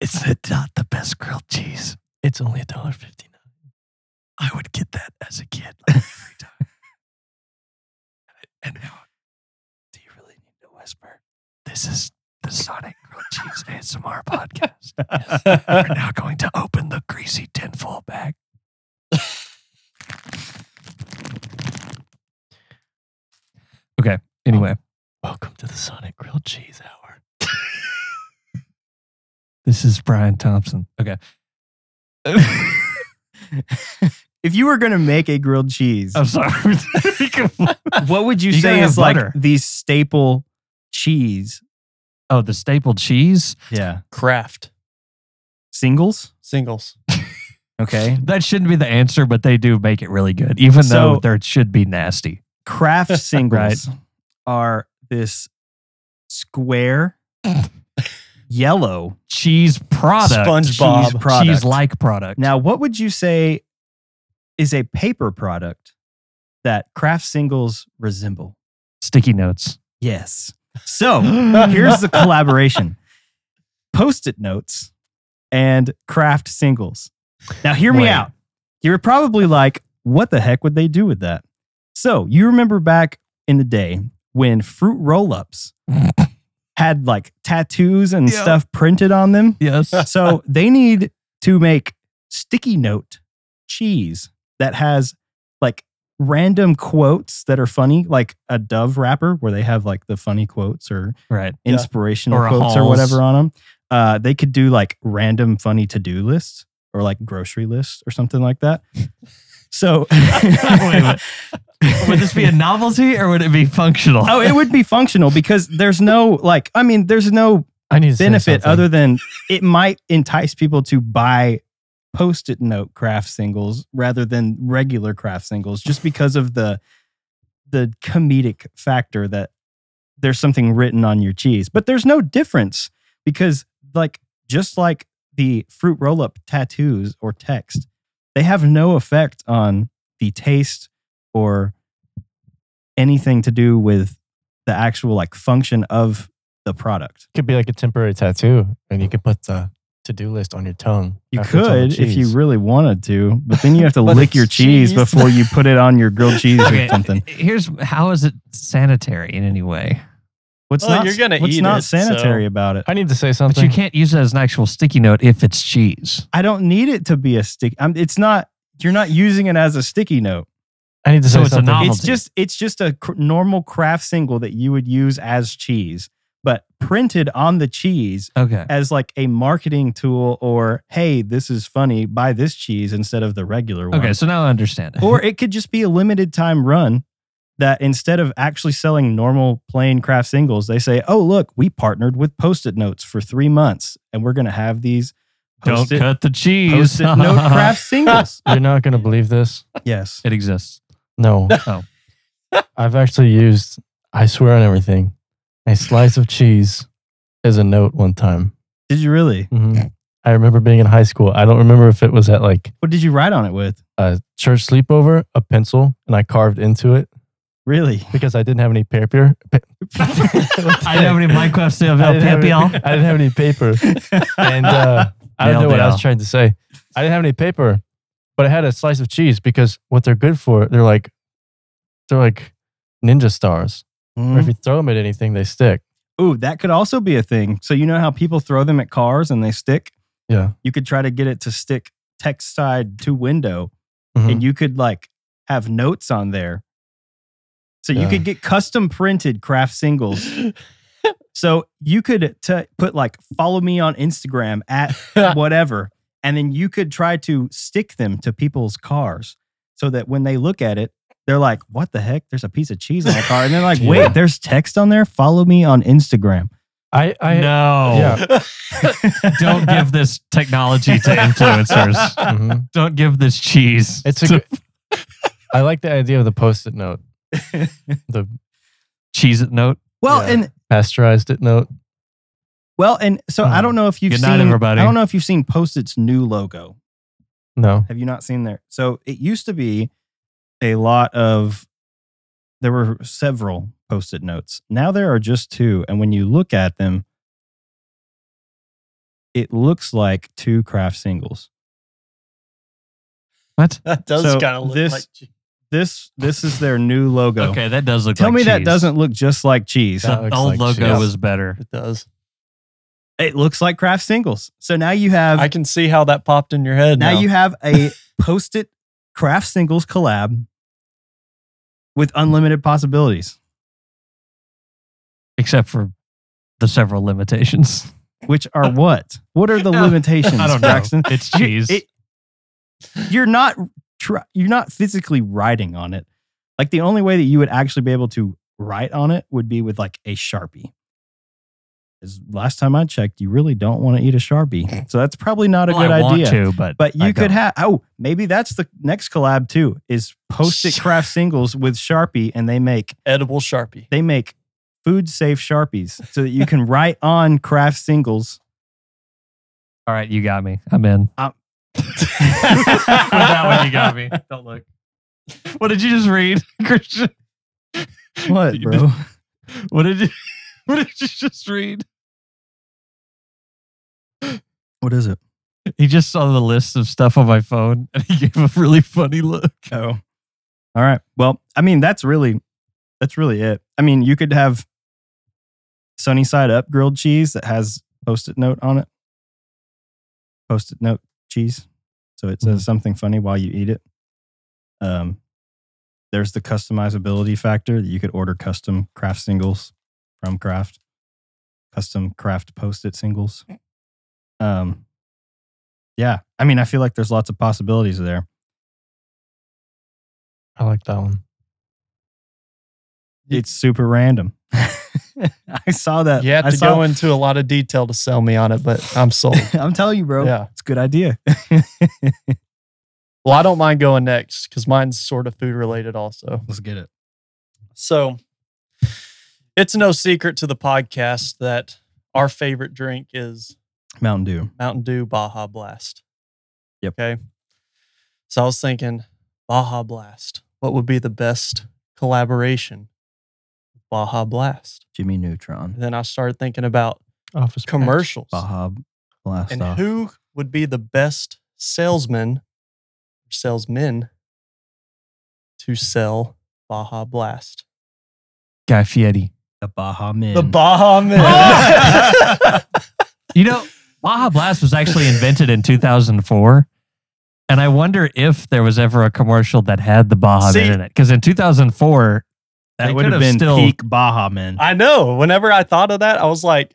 Speaker 3: it's not the best grilled cheese.
Speaker 4: It's only a dollar fifty nine.
Speaker 3: I would get that as a kid like, every time. <laughs> And now, do you really need to whisper? This is the Sonic Grilled Cheese ASMR podcast. <laughs> We're now going to open the greasy tinfoil bag. okay. Anyway,
Speaker 4: Welcome to the Sonic Grilled Cheese Hour.
Speaker 3: <laughs> This is Brian Thompson. Okay.
Speaker 2: <laughs> if you were going to make a grilled cheese,
Speaker 3: I'm sorry. <laughs>
Speaker 2: what would you,
Speaker 3: You gotta
Speaker 2: say
Speaker 3: have
Speaker 2: is like
Speaker 3: butter.
Speaker 2: the staple cheese?
Speaker 3: oh, the staple cheese?
Speaker 2: Yeah.
Speaker 1: Craft
Speaker 2: Singles?
Speaker 1: singles.
Speaker 2: Okay.
Speaker 3: That shouldn't be the answer, but they do make it really good, even
Speaker 2: So-
Speaker 3: though there should be nasty.
Speaker 2: Craft singles are this square, yellow
Speaker 3: Cheese product.
Speaker 1: SpongeBob.
Speaker 2: cheese product.
Speaker 3: Cheese like product.
Speaker 2: Now, what would you say is a paper product that craft singles resemble?
Speaker 3: sticky notes.
Speaker 2: Yes. So here's the collaboration Post it notes and craft singles. Now, hear me
Speaker 3: Wait.
Speaker 2: out. You're probably like, what the heck would they do with that? So you remember back in the day when fruit roll ups had like tattoos and
Speaker 3: Yeah.
Speaker 2: stuff printed on them?
Speaker 3: Yes.
Speaker 2: so they need to make sticky note cheese that has like random quotes that are funny, like a Dove wrapper where they have like the funny quotes or
Speaker 3: <laughs> right.
Speaker 1: Yeah.
Speaker 2: inspirational
Speaker 3: Or a
Speaker 2: quotes or
Speaker 3: Halls.
Speaker 2: whatever on them. Uh, they could do like random funny to do lists or like grocery lists or something like that.
Speaker 3: <laughs>
Speaker 2: So, <laughs>
Speaker 3: minute. Would this be a novelty or would it be functional?
Speaker 2: oh, it would be functional because there's no like, I mean, there's no
Speaker 4: I need to say
Speaker 2: benefit
Speaker 4: something.
Speaker 2: other than it might entice people to buy post-it note craft singles rather than regular craft singles just because of the the comedic factor that there's something written on your cheese but there's no difference because like just like the fruit roll-up tattoos or text they have no effect on the taste or anything to do with the actual like function of the product
Speaker 4: could be like a temporary tattoo, and you could put the to-do list on your tongue.
Speaker 2: You
Speaker 4: after it's on the
Speaker 2: could if you
Speaker 4: cheese.
Speaker 2: really wanted to, but then you have to
Speaker 1: <laughs> But
Speaker 2: lick your
Speaker 1: it's
Speaker 2: cheese,
Speaker 1: cheese.
Speaker 2: before you put it on your
Speaker 1: <laughs>
Speaker 2: grilled cheese or
Speaker 3: Okay.
Speaker 2: something.
Speaker 3: Here's how is it sanitary in any way?
Speaker 2: What's
Speaker 1: Well,
Speaker 2: not
Speaker 1: you're gonna
Speaker 2: what's
Speaker 1: eat
Speaker 2: not
Speaker 1: it,
Speaker 2: sanitary
Speaker 1: so-
Speaker 2: about it?
Speaker 4: I need to say
Speaker 3: But
Speaker 4: something.
Speaker 3: you can't use it as an actual sticky note if it's cheese.
Speaker 2: I don't need it to be a stick. I'm, it's not. You're not using it as a sticky note.
Speaker 4: I need to
Speaker 3: So
Speaker 4: say
Speaker 3: it's a
Speaker 4: something.
Speaker 3: novel-
Speaker 2: It's
Speaker 3: Novelty.
Speaker 2: just it's just a cr- normal craft single that you would use as cheese, but printed on the cheese
Speaker 3: Okay.
Speaker 2: as like a marketing tool or hey, this is funny, buy this cheese instead of the regular one.
Speaker 3: Okay, so now I understand. <laughs>
Speaker 2: or it could just be a limited time run that instead of actually selling normal plain craft singles, they say, "Oh, look, we partnered with Post-it notes for three months, and we're going to have these
Speaker 3: don't
Speaker 2: Post-it,
Speaker 3: cut the cheese. <laughs>
Speaker 2: Post-it note craft singles."
Speaker 4: You're not gonna believe this.
Speaker 2: yes,
Speaker 3: It exists. <laughs>
Speaker 4: No.
Speaker 3: Oh.
Speaker 4: I've actually used. I swear on everything. A slice of cheese as a note one time.
Speaker 2: did you really?
Speaker 4: Mhm. I remember being in high school. I don't remember if it was at like
Speaker 2: What did you write on it with?
Speaker 4: a church sleepover, a pencil, and I carved into it
Speaker 2: Really?
Speaker 4: because I didn't have any <laughs>
Speaker 3: <laughs>
Speaker 4: paper. Pa-
Speaker 3: I didn't have any Minecraft sales.
Speaker 4: I didn't have any-
Speaker 3: Papillon.
Speaker 4: I didn't have any paper. and
Speaker 3: <laughs>
Speaker 4: uh, I don't know
Speaker 3: Nailed
Speaker 4: what
Speaker 3: it
Speaker 4: I
Speaker 3: all.
Speaker 4: was trying to say. I didn't have any paper, but I had a slice of cheese because what they're good for, they're like, they're like ninja stars. Or if you throw them at anything, they stick.
Speaker 2: Ooh, that could also be a thing. So you know how people throw them at cars and they stick.
Speaker 4: Yeah.
Speaker 2: You could try to get it to stick text side to window
Speaker 4: Mm-hmm.
Speaker 2: and you could like have notes on there. So you
Speaker 4: Yeah.
Speaker 2: could get custom printed craft singles. so you could t- put like follow me on Instagram
Speaker 4: <laughs>
Speaker 2: at whatever, and then you could try to stick them to people's cars so that when they look at it, they're like, "What the heck? There's a piece of cheese on my car," and they're
Speaker 3: <laughs>
Speaker 2: like, "Wait,
Speaker 4: Yeah.
Speaker 2: there's text on there. Follow me on Instagram."
Speaker 4: I, I,
Speaker 3: no.
Speaker 4: Yeah.
Speaker 3: Don't give this
Speaker 4: <laughs>
Speaker 3: technology to influencers. <laughs>
Speaker 4: Mhm.
Speaker 3: Don't give this cheese.
Speaker 4: it's a,
Speaker 3: to
Speaker 4: good- I like the idea of the post-it
Speaker 3: <laughs>
Speaker 4: note, the
Speaker 3: cheese it note.
Speaker 2: Well,
Speaker 4: Yeah.
Speaker 2: and
Speaker 4: pasteurized it note.
Speaker 2: well, and so I
Speaker 4: Mhm.
Speaker 2: don't know if you've
Speaker 3: Hmm. Good
Speaker 2: seen.
Speaker 3: night, everybody.
Speaker 2: I don't know if you've seen Post-it's new logo.
Speaker 4: No.
Speaker 2: Have you not seen there? So it used to be a lot of there were several post-it notes. Now there are just two, and when you look at them, it looks like two craft singles.
Speaker 3: What?
Speaker 1: <laughs> That does
Speaker 2: So
Speaker 1: kind of look
Speaker 2: this-
Speaker 1: like cheese.
Speaker 2: This this is their new logo.
Speaker 3: Okay, that does look.
Speaker 2: Tell
Speaker 3: like
Speaker 2: me that
Speaker 3: cheese.
Speaker 2: doesn't look just like cheese.
Speaker 4: That
Speaker 3: The
Speaker 4: looks
Speaker 3: old
Speaker 4: like
Speaker 3: logo
Speaker 4: cheese.
Speaker 3: was better.
Speaker 1: It does.
Speaker 2: It looks like craft singles. So now you have
Speaker 1: I can see how that popped in your head.
Speaker 2: now
Speaker 1: Now,
Speaker 2: you have
Speaker 3: <laughs>
Speaker 2: a post-it craft singles collab with unlimited possibilities.
Speaker 3: except for the several limitations.
Speaker 2: which
Speaker 3: <laughs>
Speaker 2: are what? What are the limitations?
Speaker 3: I don't know.
Speaker 2: Braxton?
Speaker 3: It's cheese.
Speaker 2: it- you're not try, you're not physically writing on it. Like the only way that you would actually be able to write on it would be with like a sharpie. As last time I checked, you really don't want to eat a sharpie, so that's probably not a
Speaker 3: Well,
Speaker 2: good
Speaker 3: I
Speaker 2: idea.
Speaker 3: want to, but
Speaker 2: But you
Speaker 3: I
Speaker 2: could
Speaker 3: don't.
Speaker 2: have oh maybe that's the next collab too is
Speaker 3: <laughs>
Speaker 2: post-it
Speaker 1: Sh-
Speaker 2: craft singles with sharpie and they make
Speaker 1: <laughs> Edible <laughs> Sharpie.
Speaker 2: they make food safe sharpies so that you can write on craft singles.
Speaker 3: All right, you got me. I'm in.
Speaker 2: Um,
Speaker 3: <laughs> that one, you got me. Don't look. What did you just read, <laughs> Christian?
Speaker 2: What,
Speaker 3: Did-
Speaker 2: bro?
Speaker 3: What did you? <laughs> What did you just read?
Speaker 2: What is it?
Speaker 3: He just saw the list of stuff on my phone, and he <laughs> gave a really funny look.
Speaker 2: Oh. All right. Well, I mean, that's really that's really it. I mean, you could have sunny side up grilled cheese that has post-it note on it. Post-it note cheese. So it says something funny while you eat it. Um there's the customizability factor that you could order custom craft singles from craft. Custom craft post-it singles. Um yeah, I mean, I feel like there's lots of possibilities there.
Speaker 4: I like that one.
Speaker 2: it's super random. <laughs> I saw that.
Speaker 1: <laughs> You have
Speaker 2: I
Speaker 1: to
Speaker 2: saw,
Speaker 1: go into a lot of detail to sell me on it, but I'm sold.
Speaker 2: <laughs> I'm telling you, bro.
Speaker 1: yeah.
Speaker 2: It's a good idea.
Speaker 1: <laughs>
Speaker 2: <laughs>
Speaker 1: Well, I don't mind going next because mine's sort of food related also.
Speaker 2: Let's get it.
Speaker 1: So it's no secret to the podcast that our favorite drink is
Speaker 2: Mountain Dew.
Speaker 1: Mountain Dew Baja Blast.
Speaker 2: Yep.
Speaker 1: Okay. So I was thinking, Baja Blast. What would be the best collaboration? Baja Blast.
Speaker 2: Jimmy Neutron.
Speaker 1: Then I started thinking about
Speaker 4: Office Space.
Speaker 1: commercials
Speaker 2: Baja Blast
Speaker 1: and
Speaker 2: Off.
Speaker 1: who would be the best salesman, salesmen to sell Baja Blast.
Speaker 3: Guy Fieri.
Speaker 2: the Baja Men.
Speaker 3: <laughs>
Speaker 1: The Baja Men.
Speaker 3: Oh! You <laughs> know, Baja Blast was actually invented in 2004. And I wonder if there was ever a commercial that had the Baja
Speaker 1: See-
Speaker 3: Men in it. Because in 2004,
Speaker 2: that
Speaker 3: they
Speaker 2: would
Speaker 3: could
Speaker 2: have been
Speaker 3: still,
Speaker 2: peak Baja Men.
Speaker 1: I know. Whenever I thought of that, I was like,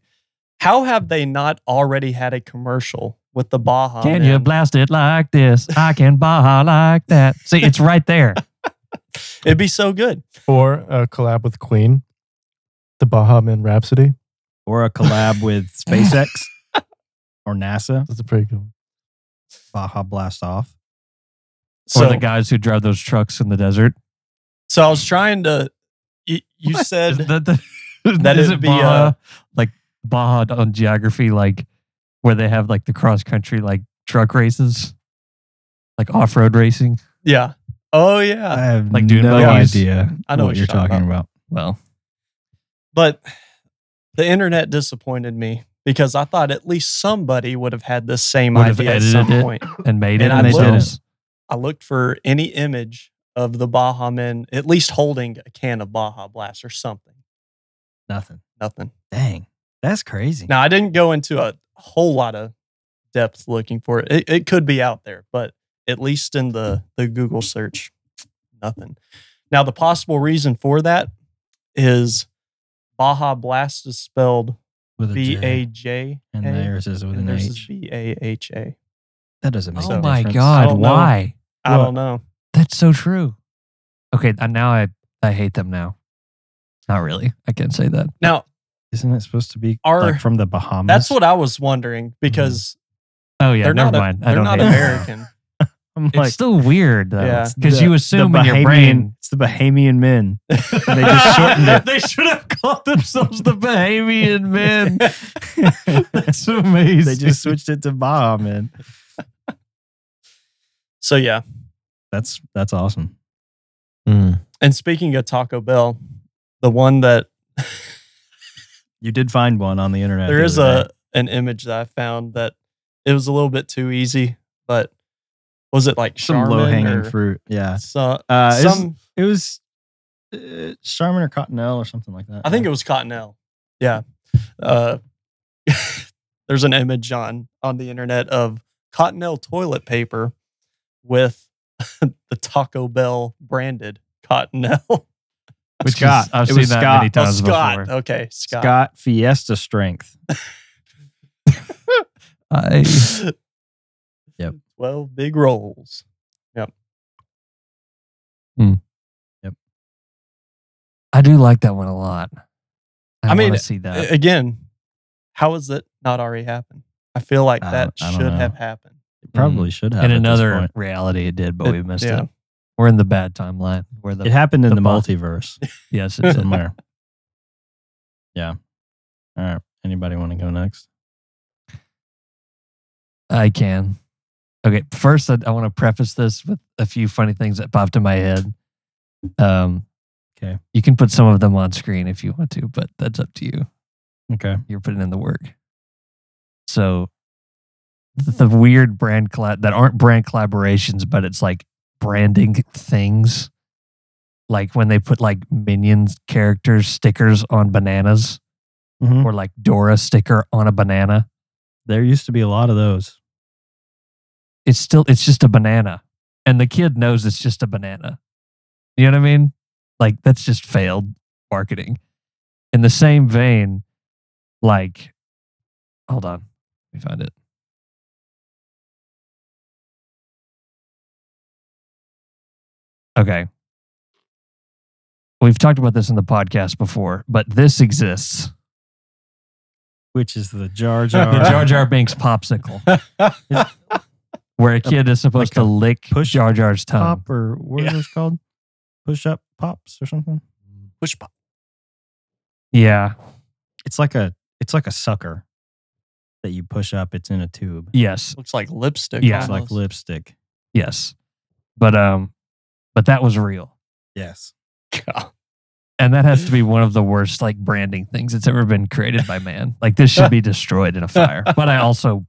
Speaker 1: how have they not already had a commercial with the Baja
Speaker 3: Can
Speaker 1: Men?
Speaker 3: you blast it like this? I can Baja like that. See, it's right
Speaker 1: <laughs>
Speaker 3: there.
Speaker 1: It'd be so good.
Speaker 4: Or a collab with Queen, the Baja Men Rhapsody.
Speaker 2: or a collab
Speaker 1: <laughs>
Speaker 2: with SpaceX or NASA.
Speaker 4: That's a pretty good one.
Speaker 2: Baja Blast Off.
Speaker 3: or
Speaker 1: So,
Speaker 3: the guys who drive those trucks in the desert.
Speaker 1: so I was trying to. You, you
Speaker 3: Is
Speaker 1: said
Speaker 3: that, the, <laughs>
Speaker 1: That
Speaker 3: is
Speaker 1: it'd
Speaker 3: it
Speaker 1: be,
Speaker 3: Baja,
Speaker 1: uh,
Speaker 3: like Baja on geography, like where they have like the cross country, like truck races, like off road racing.
Speaker 1: yeah. Oh yeah.
Speaker 2: have
Speaker 3: Like dune buggies.
Speaker 1: I know what you're talking
Speaker 2: about.
Speaker 3: Well,
Speaker 1: But the internet disappointed me because I thought at least somebody would have had this same
Speaker 3: Would have
Speaker 1: idea at some
Speaker 3: edited it.
Speaker 1: point.
Speaker 3: and made
Speaker 1: And
Speaker 3: it.
Speaker 1: I
Speaker 3: And they
Speaker 1: looked.
Speaker 3: didn't.
Speaker 1: I looked for any image of the Baja Men at least holding a can of Baja Blast or something.
Speaker 2: Nothing.
Speaker 1: Nothing.
Speaker 2: Dang. That's crazy.
Speaker 1: Now I didn't go into a whole lot of depth looking for it. It, it could be out there, but at least in the the Google search, nothing. Now the possible reason for that is Baja Blast is spelled
Speaker 2: with a
Speaker 1: B
Speaker 2: J.
Speaker 1: A J
Speaker 2: And
Speaker 1: A,
Speaker 2: theirs is with
Speaker 1: and
Speaker 2: an
Speaker 1: theirs is
Speaker 2: H.
Speaker 1: B A H A.
Speaker 2: That doesn't make
Speaker 1: So-
Speaker 2: a
Speaker 3: oh my
Speaker 2: difference.
Speaker 1: I
Speaker 3: God.
Speaker 1: don't know.
Speaker 3: Why?
Speaker 1: I
Speaker 2: What?
Speaker 1: don't know.
Speaker 3: That's so true. Okay. I- Now I, I hate them now. Not really. I can't say that.
Speaker 1: Now
Speaker 2: Isn't it supposed to be
Speaker 1: Our-
Speaker 2: like from the Bahamas?
Speaker 1: that's what I was wondering because
Speaker 3: Oh, yeah.
Speaker 1: they're
Speaker 3: never
Speaker 1: not a-
Speaker 3: mind. I
Speaker 1: they're
Speaker 3: don't
Speaker 1: not
Speaker 3: hate them.
Speaker 2: <laughs>
Speaker 1: American.
Speaker 2: I'm
Speaker 3: It's still weird, though.
Speaker 1: Yeah.
Speaker 3: Because you assume in your brain.
Speaker 2: It's the Bahamian men. <laughs>
Speaker 1: they <laughs>
Speaker 2: just shortened it.
Speaker 3: they should have called themselves the Bahamian men. <laughs> That's amazing.
Speaker 2: they just switched it to Baja man.
Speaker 1: So yeah.
Speaker 2: That's that's awesome.
Speaker 3: Hmm.
Speaker 1: And speaking of Taco Bell, the one that
Speaker 2: You did find one on the internet.
Speaker 1: there
Speaker 2: the
Speaker 1: is
Speaker 2: other
Speaker 1: a an image that I found that it was a little bit too easy, but was it like
Speaker 2: day. some low hanging
Speaker 1: Charmin or
Speaker 2: fruit. Yeah,
Speaker 1: So,
Speaker 2: uh, it was-
Speaker 1: some
Speaker 2: it was uh, Charmin or Cottonelle or something like that.
Speaker 1: I think it was Cottonelle. Yeah. Uh, <laughs> there's an image on on the internet of Cottonelle toilet paper with <laughs> the Taco Bell branded Cottonelle.
Speaker 3: Which
Speaker 2: Scott.
Speaker 3: Is, I've
Speaker 2: It
Speaker 3: seen
Speaker 2: was
Speaker 3: that
Speaker 2: Scott.
Speaker 3: many
Speaker 1: Oh,
Speaker 3: times
Speaker 1: Scott.
Speaker 3: before.
Speaker 1: Okay, Scott.
Speaker 2: Scott Fiesta Strength.
Speaker 3: I,
Speaker 1: <laughs>
Speaker 2: Yep.
Speaker 1: Twelve big rolls.
Speaker 3: I do like that one a lot. I,
Speaker 1: I mean, uh,
Speaker 3: wanna see that.
Speaker 1: A- Again, how has that not already happened? I feel like
Speaker 2: I don't-
Speaker 1: that
Speaker 2: I don't
Speaker 1: should
Speaker 2: know.
Speaker 1: have happened.
Speaker 2: It probably should have.
Speaker 3: in
Speaker 2: uh, at this
Speaker 3: another
Speaker 2: point.
Speaker 3: reality, it did, but
Speaker 1: It-
Speaker 3: we missed
Speaker 1: yeah.
Speaker 3: it. We're in the bad timeline. Where the
Speaker 2: it happened in
Speaker 3: the
Speaker 2: the,
Speaker 3: bot-
Speaker 1: <laughs>
Speaker 2: multiverse
Speaker 3: yes, it's
Speaker 2: <laughs>
Speaker 3: in
Speaker 2: somewhere. yeah. All right. Anybody want to go next?
Speaker 3: I can. Okay, first I, I want to preface this with a few funny things that popped in my head. Um,
Speaker 2: Okay.
Speaker 3: you can put some of them on screen if you want to, but that's up to you.
Speaker 2: Okay.
Speaker 3: You're putting in the work. So, th- the weird brand collab that aren't brand collaborations, but it's like branding things, like when they put like minions characters stickers on bananas,
Speaker 2: Mhm.
Speaker 3: or like Dora sticker on a banana.
Speaker 2: There used to be a lot of those.
Speaker 3: it's still it's just a banana and the kid knows it's just a banana you know what i mean like that's just failed marketing in the same vein like hold on let me find it okay we've talked about this in the podcast before but this exists
Speaker 2: Which is the Jar
Speaker 1: The
Speaker 3: <laughs>
Speaker 2: Jar,
Speaker 3: the jar jar binks popsicle <laughs> where a kid is supposed
Speaker 2: like a
Speaker 3: to lick
Speaker 2: push
Speaker 3: jar jar's tongue
Speaker 2: pop or what is
Speaker 1: Yeah.
Speaker 2: this called? Push up pops or something.
Speaker 1: Push pop.
Speaker 3: Yeah.
Speaker 2: It's like a it's like a sucker that you push up. It's in a tube.
Speaker 3: Yes.
Speaker 1: Looks like lipstick.
Speaker 3: Yeah.
Speaker 2: It's like
Speaker 1: almost.
Speaker 2: lipstick.
Speaker 3: Yes. But um but that was real.
Speaker 2: Yes.
Speaker 1: God.
Speaker 3: And that has to be one of the worst like branding things that's ever been created by man. Like this should be destroyed in a fire. But I also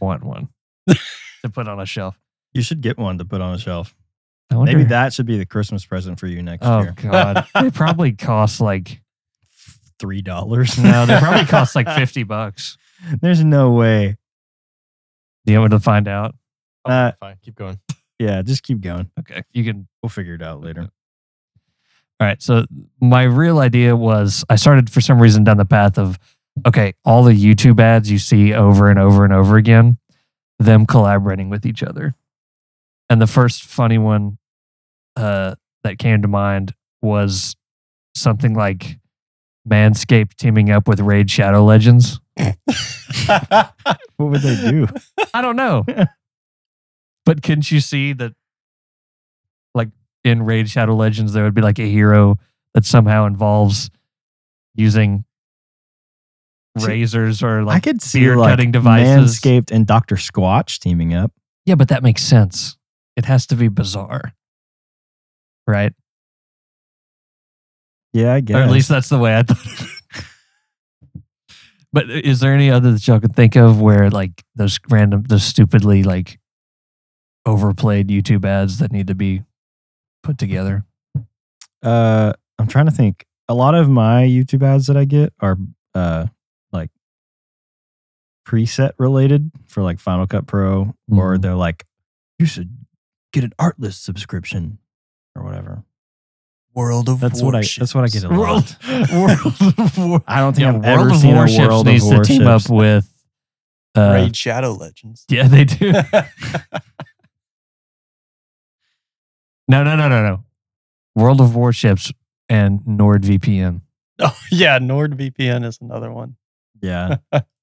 Speaker 3: want
Speaker 2: <laughs>
Speaker 3: one to put on a shelf.
Speaker 2: You should get one to put on a shelf.
Speaker 3: I
Speaker 2: Maybe
Speaker 3: wonder-
Speaker 2: that should be the Christmas present for you next
Speaker 3: Oh
Speaker 2: year. <laughs>
Speaker 3: god. they probably cost like
Speaker 2: Three dollars. <laughs>
Speaker 3: no, they probably cost like fifty bucks.
Speaker 2: There's no way.
Speaker 3: Do you want me to find out?
Speaker 2: Uh,
Speaker 4: Fine, keep going.
Speaker 2: yeah, just keep going.
Speaker 3: Okay. You can
Speaker 2: We'll figure it out later.
Speaker 3: All right. So my real idea was I started for some reason down the path of okay, all the YouTube ads you see over and over and over again, them collaborating with each other. And the first funny one uh, that came to mind was something like Manscaped teaming up with Raid Shadow Legends.
Speaker 1: <laughs>
Speaker 2: <laughs> What would they do?
Speaker 3: I don't know. but couldn't you see that, like in Raid Shadow Legends, there would be like a hero that somehow involves using
Speaker 2: See,
Speaker 3: razors or
Speaker 2: I
Speaker 3: like.
Speaker 2: could see
Speaker 3: beard
Speaker 2: like
Speaker 3: cutting devices.
Speaker 2: Manscaped and Doctor Squatch teaming up.
Speaker 3: yeah, but that makes sense. It has to be bizarre, right?
Speaker 2: Yeah, I guess.
Speaker 3: Or at least that's the way I thought. of it. but is there any other that y'all can think of where like those random, those stupidly like overplayed YouTube ads that need to be put together?
Speaker 2: uh I'm trying to think. A lot of my YouTube ads that I get are uh like preset related for like Final Cut Pro or
Speaker 3: Mhm.
Speaker 2: they're like you should get an Artlist subscription or whatever.
Speaker 1: World of
Speaker 2: That's what I
Speaker 1: Warships.
Speaker 2: that's what I get a lot.
Speaker 3: World- World of War.
Speaker 2: I don't think
Speaker 3: Yeah,
Speaker 2: I've ever
Speaker 3: World of
Speaker 2: seen
Speaker 3: Warships
Speaker 2: a World
Speaker 3: needs
Speaker 2: of Warships.
Speaker 3: to team up with. Uh,
Speaker 1: Raid Shadow Legends.
Speaker 3: Yeah, they
Speaker 2: <laughs>
Speaker 3: do. No, no, no, no, no. World of Warships and NordVPN.
Speaker 1: <laughs> oh, yeah, NordVPN is another one.
Speaker 2: Yeah.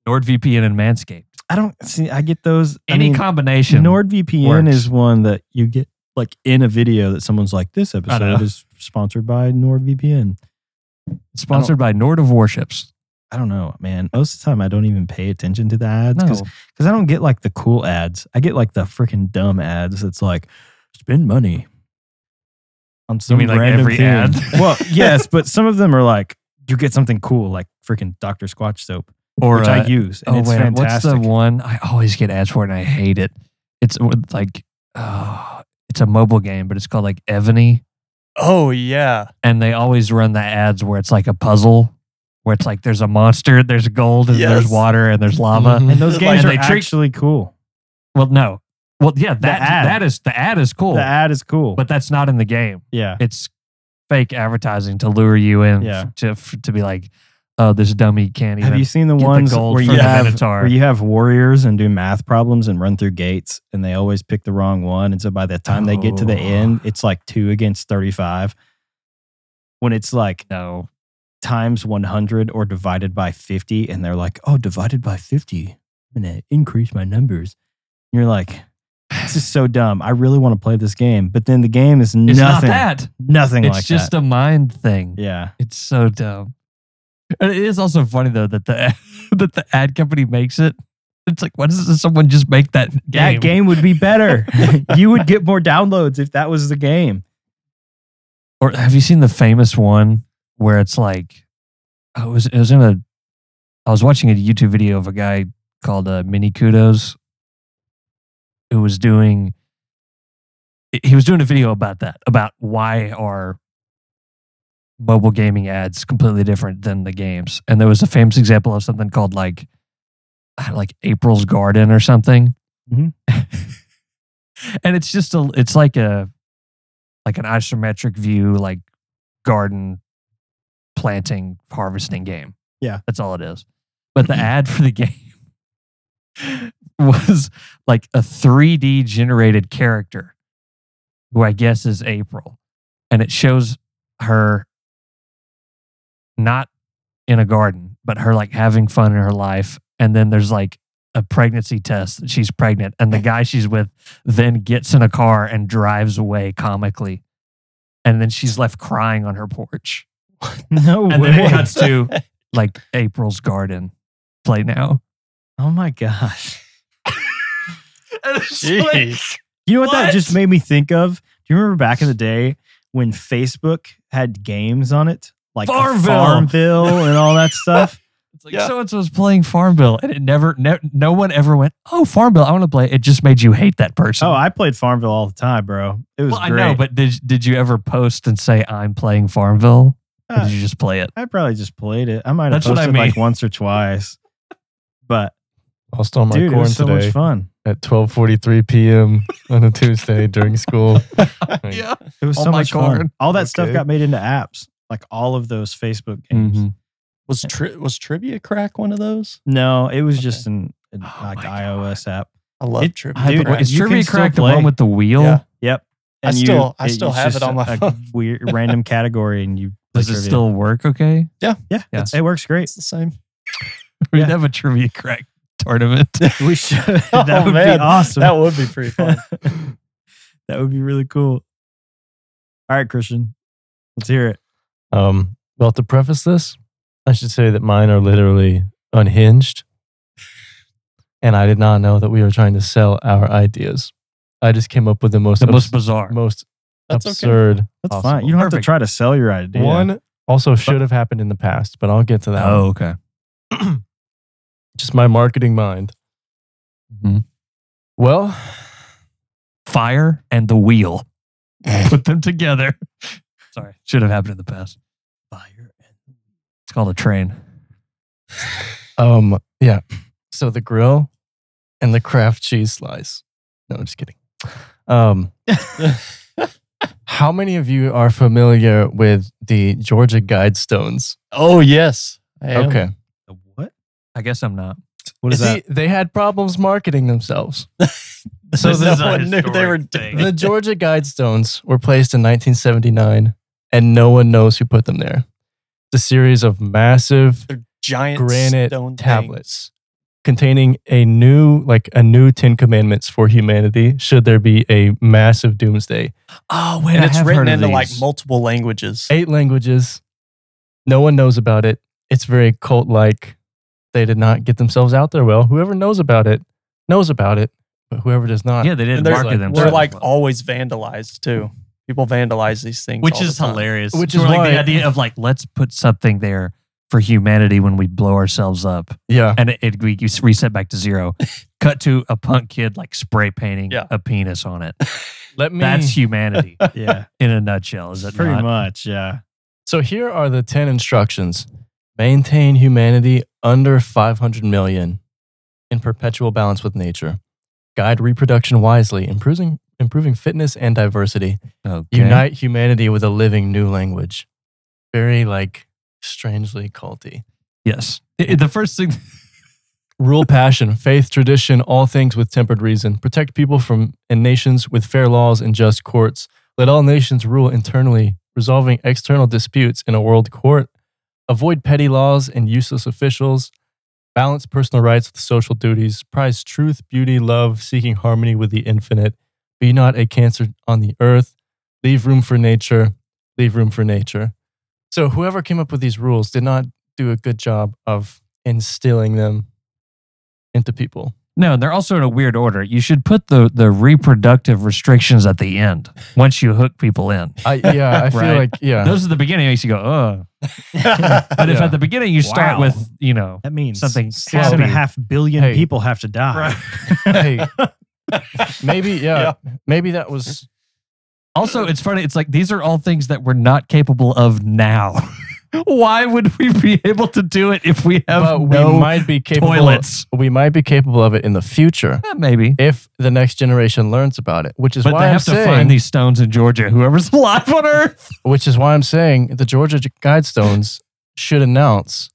Speaker 3: NordVPN and Manscaped.
Speaker 2: I don't see I get those I
Speaker 3: Any
Speaker 2: mean,
Speaker 3: combination.
Speaker 2: NordVPN
Speaker 3: works.
Speaker 2: is one that you get like in a video that someone's like this episode is sponsored by NordVPN.
Speaker 3: sponsored by Nord of Warships.
Speaker 2: I don't know, man. Most of the time, I don't even pay attention to the ads because
Speaker 3: No.
Speaker 2: I don't get like the cool ads. I get like the freaking dumb ads. It's like spend money on some
Speaker 3: mean, like,
Speaker 2: random
Speaker 3: every
Speaker 2: thing.
Speaker 3: ad? <laughs>
Speaker 2: well, yes, but some of them are like you get something cool, like freaking Doctor Squatch soap,
Speaker 3: Or
Speaker 2: which
Speaker 3: uh,
Speaker 2: I use, and
Speaker 3: oh,
Speaker 2: it's
Speaker 3: wait,
Speaker 2: fantastic.
Speaker 3: What's the one I always get ads for it and I hate it? It's with, like uh, it's a mobile game, but it's called like Ebony,
Speaker 1: Oh yeah.
Speaker 3: and they always run the ads where it's like a puzzle, where it's like there's a monster, there's gold, and there's
Speaker 1: Yes.
Speaker 3: water, and there's <laughs> lava.
Speaker 4: Mhm.
Speaker 2: and
Speaker 3: <laughs>
Speaker 2: those
Speaker 1: Like,
Speaker 2: games
Speaker 3: and
Speaker 2: are
Speaker 3: they trick-
Speaker 2: actually cool.
Speaker 3: Well, no, well, yeah, that
Speaker 2: ad.
Speaker 3: that is the ad is cool,
Speaker 2: The ad is cool,
Speaker 3: but that's not in the game.
Speaker 2: yeah,
Speaker 3: it's fake advertising to lure you in
Speaker 2: Yeah.
Speaker 3: f- to f- to be like, oh, this dummy can't even
Speaker 2: Have you seen the
Speaker 3: get
Speaker 2: ones
Speaker 3: the gold
Speaker 2: where you
Speaker 3: from the
Speaker 2: have
Speaker 3: Minotaur.
Speaker 2: where you have warriors and do math problems and run through gates and they always pick the wrong one and so by the time they get to the
Speaker 3: Oh.
Speaker 2: end it's like 2 against 35 when it's like
Speaker 3: <laughs> no.
Speaker 2: times 100 or divided by 50 and they're like oh divided by 50 i'm going to increase my numbers and you're like this is so dumb i really want to play this game but then the game
Speaker 3: It's
Speaker 2: is nothing
Speaker 3: not that.
Speaker 2: nothing
Speaker 3: It's
Speaker 2: like
Speaker 3: just
Speaker 2: that
Speaker 3: a mind thing.
Speaker 2: yeah
Speaker 3: It's so dumb. And It is also funny though that the <laughs> that the ad company makes it. It's like, why doesn't someone just make that game?
Speaker 2: That game would
Speaker 3: <laughs>
Speaker 2: be better. <laughs> you would get more downloads if that was the game.
Speaker 3: Or have you seen the famous one where it's like, I was it was in a, I was watching a YouTube video of a guy called uh, Mini Kudos, who was doing, he was doing a video about that about why are mobile gaming ads completely different than the games, and there was a famous example of something called like, I don't- like April's Garden or something,
Speaker 2: Mhm.
Speaker 3: <laughs> and it's just a it's like a like an isometric view, like garden planting harvesting game.
Speaker 2: Yeah.
Speaker 3: That's all it is. But the ad for the <laughs> game was like a 3D generated character who I guess is April. And it shows her not in a garden, but her like having fun in her life. And then there's like a pregnancy test that she's pregnant. And the guy she's with then gets in a car and drives away comically. And then she's left crying on her porch.
Speaker 2: No
Speaker 3: <laughs> And
Speaker 2: way.
Speaker 3: then it cuts
Speaker 2: <laughs>
Speaker 3: to like April's garden play now.
Speaker 2: oh my gosh.
Speaker 3: And it's just like-
Speaker 2: You know what, that
Speaker 3: What?
Speaker 2: just made me think of? Do you remember back in the day when Facebook had games on it? Like
Speaker 3: Farmville.
Speaker 2: Farmville and
Speaker 3: <laughs>
Speaker 2: all that stuff?
Speaker 3: it's like
Speaker 1: Yeah.
Speaker 3: so and so's playing Farmville, and it never, ne- no one ever went, "Oh, Farmville, I want to play." It just made you hate that person.
Speaker 2: oh, I played Farmville all the time, bro. It was
Speaker 3: well, I
Speaker 2: great.
Speaker 3: know, but did did you ever post and say, "I'm playing Farmville"? Or
Speaker 2: Uh,
Speaker 3: did you just play it?
Speaker 2: I probably just played it. I might have
Speaker 3: That's what
Speaker 2: posted
Speaker 3: I
Speaker 2: like
Speaker 3: mean.
Speaker 2: once or twice. But
Speaker 4: Lost all <laughs> my
Speaker 2: dude, it
Speaker 4: corn
Speaker 2: was so
Speaker 4: today
Speaker 2: much fun.
Speaker 4: at 12:43 p.m. on a Tuesday during
Speaker 3: <laughs>
Speaker 4: school. Like,
Speaker 2: It was
Speaker 3: All
Speaker 2: so
Speaker 3: my
Speaker 2: much fun.
Speaker 3: corn.
Speaker 2: All that stuff
Speaker 4: Okay. Mm-hmm.
Speaker 2: got made into apps, like all of those Facebook games.
Speaker 3: Mhm.
Speaker 1: Was tri- was Trivia Crack one of those?
Speaker 2: No, it was
Speaker 1: Okay.
Speaker 2: just an, an
Speaker 3: Oh
Speaker 2: like
Speaker 3: my
Speaker 2: iOS app.
Speaker 1: I love
Speaker 2: It-
Speaker 1: Trivia
Speaker 3: I
Speaker 2: Dude,
Speaker 3: haven't-
Speaker 1: Crack.
Speaker 2: what-
Speaker 3: is
Speaker 2: you can
Speaker 3: Trivia
Speaker 2: still
Speaker 3: Crack the
Speaker 2: play.
Speaker 3: one with the wheel?
Speaker 1: Yeah.
Speaker 2: Yep.
Speaker 1: I still- I still
Speaker 2: it's
Speaker 1: have it
Speaker 2: just
Speaker 1: on my
Speaker 2: a
Speaker 1: phone. <laughs>
Speaker 2: Weird random category, and you
Speaker 3: Does
Speaker 2: play
Speaker 3: it
Speaker 2: trivia.
Speaker 3: still work? Okay, <laughs>
Speaker 2: Yeah,
Speaker 3: Yeah.
Speaker 2: it's- it works great.
Speaker 1: <laughs> It's the same.
Speaker 3: we
Speaker 2: Yeah.
Speaker 3: would have a Trivia Crack
Speaker 2: <laughs>
Speaker 3: tournament.
Speaker 2: We should. <laughs> that
Speaker 1: Oh,
Speaker 2: would
Speaker 1: man.
Speaker 2: be awesome.
Speaker 1: That would be
Speaker 3: <laughs>
Speaker 1: pretty fun.
Speaker 2: that would be really cool. All right, Christian, let's hear it.
Speaker 4: Um, well, to preface this, I should say that mine are literally unhinged. And I did not know that we were trying to sell our ideas. I just came up with the most
Speaker 3: the most
Speaker 4: abs-
Speaker 3: bizarre.
Speaker 4: most
Speaker 1: That's okay.
Speaker 4: absurd.
Speaker 2: That's
Speaker 4: possible.
Speaker 2: fine. You don't have
Speaker 3: Perfect.
Speaker 2: to try to sell your idea.
Speaker 4: One also should have happened in the past, but I'll get to that.
Speaker 3: oh, okay.
Speaker 4: Just my marketing mind.
Speaker 3: Mhm.
Speaker 4: Well,
Speaker 3: Fire and the wheel. Put them together. Sorry, should have happened in the past.
Speaker 2: fire.
Speaker 3: It's called a train.
Speaker 4: um, yeah. So the grill and the Kraft cheese slice. No, I'm just kidding.
Speaker 2: <laughs>
Speaker 4: Um, how many of you are familiar with the Georgia Guidestones?
Speaker 1: Oh yes. I am. <laughs>
Speaker 4: Okay.
Speaker 2: The What?
Speaker 3: I guess I'm not.
Speaker 2: What is
Speaker 4: See,
Speaker 2: that?
Speaker 4: They had problems marketing
Speaker 2: <laughs>
Speaker 4: themselves.
Speaker 1: So
Speaker 3: This
Speaker 1: no
Speaker 3: is a
Speaker 1: one knew they
Speaker 3: historic
Speaker 1: were
Speaker 3: thing.
Speaker 4: The Georgia Guidestones were placed in 1979, and no one knows who put them there. The series of massive
Speaker 1: They're giant
Speaker 4: Granite
Speaker 1: stone things.
Speaker 4: tablets containing a new, like a new Ten Commandments for humanity. Should there be a massive doomsday?
Speaker 3: Oh wait,
Speaker 1: And
Speaker 3: I
Speaker 1: it's
Speaker 3: have heard
Speaker 1: written
Speaker 3: of
Speaker 1: into like
Speaker 3: these.
Speaker 1: multiple languages.
Speaker 4: Eight languages. No one knows about it. It's very cult-like. They did not get themselves out there well. Whoever knows about it knows about it, but whoever does not,
Speaker 3: Yeah, they didn't
Speaker 1: And they're
Speaker 3: market
Speaker 4: like-
Speaker 3: them.
Speaker 1: They're like always vandalized too. People vandalize these things,
Speaker 3: which
Speaker 1: all the
Speaker 3: is
Speaker 1: time.
Speaker 3: hilarious.
Speaker 4: Which
Speaker 3: So
Speaker 4: is
Speaker 3: like
Speaker 4: why-
Speaker 3: the idea of like let's put something there for humanity when we blow ourselves up,
Speaker 4: yeah.
Speaker 3: and it, it we you reset back to zero. Cut to a punk kid like spray painting
Speaker 1: Yeah.
Speaker 3: a penis on it.
Speaker 4: Let me.
Speaker 3: That's humanity
Speaker 1: <laughs>
Speaker 2: yeah,
Speaker 3: in a nutshell. Oh, Is that
Speaker 2: pretty
Speaker 3: not?
Speaker 2: much. Yeah.
Speaker 4: So here are the 10 instructions maintain humanity under 500 million in perpetual balance with nature, guide reproduction wisely, improving, improving fitness and diversity,
Speaker 3: Okay.
Speaker 4: unite humanity with a living new language. Very like strangely culty.
Speaker 3: Yes. I- I- the first thing
Speaker 4: Rule passion, faith, tradition, all things with tempered reason. Protect people from and nations with fair laws and just courts. Let all nations rule internally, resolving external disputes in a world court. Avoid petty laws and useless officials. Balance personal rights with social duties. Prize truth, beauty, love, seeking harmony with the infinite. Be not a cancer on the earth. Leave room for nature. Leave room for nature. So, whoever came up with these rules did not do a good job of instilling them into people.
Speaker 3: No, they're also in a weird order. You should put the the reproductive restrictions at the end once you hook people in.
Speaker 4: I yeah, I feel
Speaker 3: <laughs> Right.
Speaker 4: like yeah.
Speaker 3: Those at the beginning makes you go, oh. But if
Speaker 4: Yeah.
Speaker 3: at the beginning you start
Speaker 2: Wow.
Speaker 3: with, you know,
Speaker 2: That means
Speaker 3: Something
Speaker 2: six and a
Speaker 4: sloppy.
Speaker 2: half billion
Speaker 4: Hey.
Speaker 2: people have to die.
Speaker 4: Hey, maybe yeah, maybe that was
Speaker 3: Also, it's funny. It's like these are all things that we're not capable of now. <laughs> Why would we be able to do it if we have
Speaker 4: but
Speaker 3: no
Speaker 4: we might be capable
Speaker 3: toilets?
Speaker 4: we might be capable of it in the future
Speaker 3: Eh, maybe.
Speaker 4: if the next generation learns about it, which is
Speaker 3: But
Speaker 4: why
Speaker 3: they
Speaker 4: I'm
Speaker 3: have to
Speaker 4: saying
Speaker 3: find these stones in Georgia. Whoever's <laughs> alive on Earth.
Speaker 4: which is why I'm saying the Georgia G- Guidestones should announce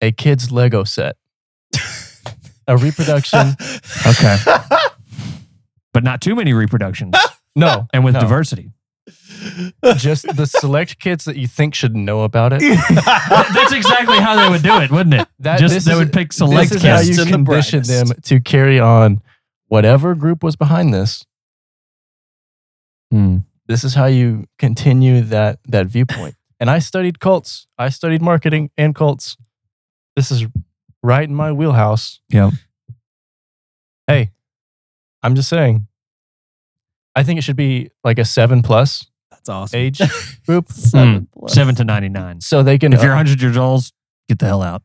Speaker 4: a kids Lego set. a reproduction.
Speaker 3: Okay. but not too many reproductions
Speaker 4: No,
Speaker 3: and
Speaker 4: <laughs>
Speaker 3: with
Speaker 4: no.
Speaker 3: diversity.
Speaker 4: just the select kids that you think should know about it.
Speaker 3: <laughs> Th- That's exactly how they would do it, wouldn't it?
Speaker 4: That-
Speaker 3: Just
Speaker 4: Uh, this
Speaker 3: they
Speaker 4: is-
Speaker 3: would pick
Speaker 4: This
Speaker 3: select
Speaker 4: is how
Speaker 1: kids
Speaker 3: kids.
Speaker 4: you
Speaker 1: to the
Speaker 4: condition them
Speaker 1: brightest.
Speaker 4: to carry on whatever group was behind this.
Speaker 3: Hmm.
Speaker 4: This is how you continue that that viewpoint. And I studied cults. I studied marketing and cults. This is right in my wheelhouse.
Speaker 3: Yep.
Speaker 4: Hey, I'm just saying. I think it should be like a seven plus
Speaker 2: That's awesome.
Speaker 3: <laughs>
Speaker 4: age group,
Speaker 1: Seven plus.
Speaker 3: Seven to ninety nine.
Speaker 4: so they can. uh,
Speaker 3: Hmm. If you're hundred years old, get the hell out.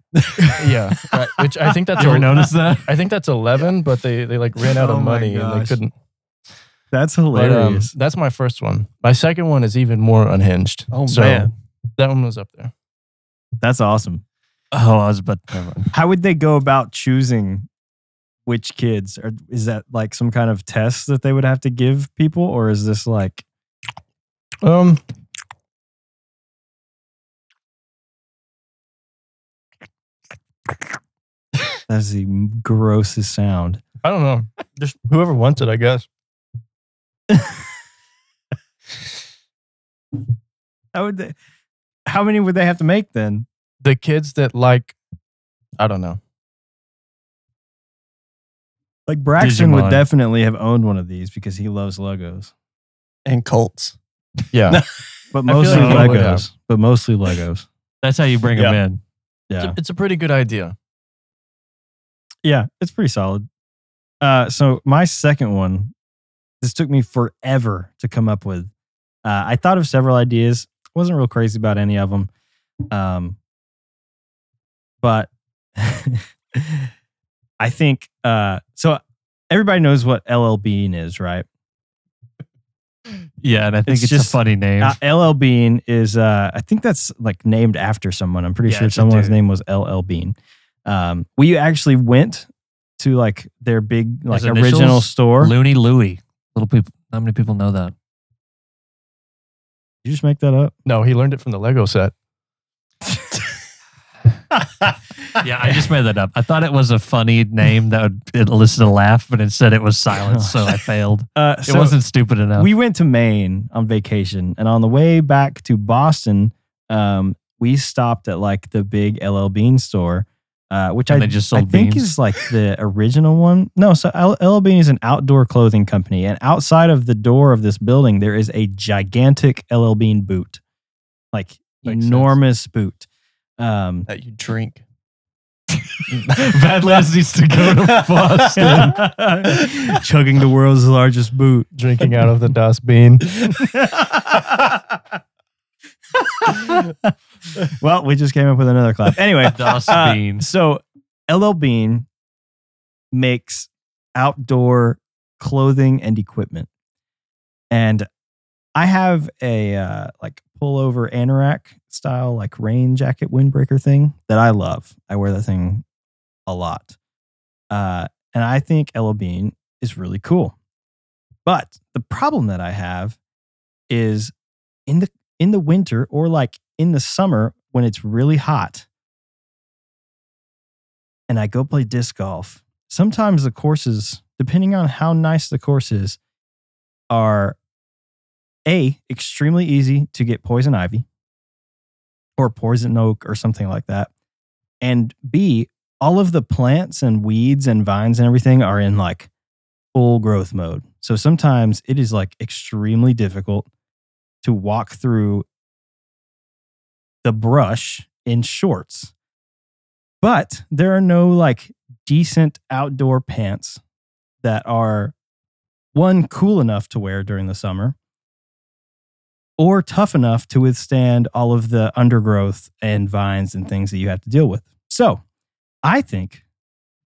Speaker 4: yeah, right, which I think that's
Speaker 3: <laughs> You ever
Speaker 4: a,
Speaker 3: notice that?
Speaker 4: I think that's eleven, but they they like ran out
Speaker 2: Oh
Speaker 4: of
Speaker 2: my
Speaker 4: money and they
Speaker 2: gosh.
Speaker 4: couldn't.
Speaker 2: That's
Speaker 4: But, um,
Speaker 2: hilarious.
Speaker 4: that's my first one. My second one is even more unhinged.
Speaker 1: Oh, man.
Speaker 4: that one was up there.
Speaker 2: That's awesome.
Speaker 3: Oh, I was about. Never mind.
Speaker 2: How would they go about choosing which kids? Or is that like some kind of test that they would have to give people, or is this like
Speaker 4: Um,
Speaker 2: that's the grossest sound?
Speaker 4: I don't know. Just whoever wants it, I guess.
Speaker 2: How would they? How many would they have to make then?
Speaker 4: The kids that like, I don't know.
Speaker 2: Like Braxton
Speaker 3: Digimon.
Speaker 2: would definitely have owned one of these because he loves Legos,
Speaker 1: and cults.
Speaker 4: Yeah,
Speaker 2: but
Speaker 4: I feel
Speaker 2: mostly
Speaker 4: like he would have.
Speaker 2: Legos. But mostly Legos.
Speaker 3: That's how you bring them
Speaker 1: Yeah.
Speaker 3: in.
Speaker 4: it's,
Speaker 2: Yeah,
Speaker 4: a, it's a pretty good idea.
Speaker 2: yeah, it's pretty solid. Uh, so my second one, this took me forever to come up with. Uh, I thought of several ideas. I wasn't real crazy about any of them, um, but <laughs> I think uh, so. Everybody knows what LL Bean is, right?
Speaker 3: Yeah, and I think
Speaker 2: It's
Speaker 3: it's,
Speaker 2: just-
Speaker 3: a funny name.
Speaker 2: Uh, LL Bean is, uh, I think that's like named after someone. I'm pretty
Speaker 3: Yeah,
Speaker 2: sure
Speaker 3: it's a
Speaker 2: someone's
Speaker 3: dude.
Speaker 2: name was LL Bean. Um, we actually went to like their big like
Speaker 3: His
Speaker 2: original
Speaker 3: initials?
Speaker 2: store.
Speaker 3: Looney Louie. Little people. How many people know
Speaker 2: <laughs>
Speaker 3: that?
Speaker 2: Did you just make that up?
Speaker 4: No, he learned it from the Lego set.
Speaker 3: Yeah, I just made that up. I thought it was a funny name that would elicit a laugh, but instead it was silence, so I failed.
Speaker 2: Uh,
Speaker 3: it wasn't stupid enough.
Speaker 2: We went to Maine on vacation, and on the way back to Boston, um, we stopped at like the big LL Bean store, uh, which
Speaker 3: And
Speaker 2: I
Speaker 3: they just
Speaker 2: I
Speaker 3: sold
Speaker 2: think
Speaker 3: beans?
Speaker 2: is like the original one. No, so L- LL Bean is an outdoor clothing company, and outside of the door of this building, there is a gigantic LL Bean boot, like
Speaker 4: Makes sense.
Speaker 2: enormous boot. Um, <laughs>
Speaker 1: That you drink.
Speaker 3: <laughs> Badlands needs to go to
Speaker 2: Uh,
Speaker 3: Boston.
Speaker 2: chugging the world's largest boot.
Speaker 4: Drinking out of the <laughs> dustbin.
Speaker 2: well, we just came up with another clap.
Speaker 4: <laughs>
Speaker 2: Anyway,
Speaker 3: Dust
Speaker 2: uh,
Speaker 3: beans.
Speaker 2: so LL Bean makes outdoor clothing and equipment, and I have a uh, like pullover anorak style like rain jacket windbreaker thing that I love. I wear that thing a lot, uh, and I think LL Bean is really cool. But the problem that I have is in the in the winter or like in the summer, when it's really hot and I go play disc golf, sometimes the courses, depending on how nice the course is, are A, extremely easy to get poison ivy or poison oak or something like that. And B, all of the plants and weeds and vines and everything are in like full growth mode. So sometimes it is like extremely difficult to walk through the brush in shorts. But there are no like decent outdoor pants that are one cool enough to wear during the summer or tough enough to withstand all of the undergrowth and vines and things that you have to deal with. So, I think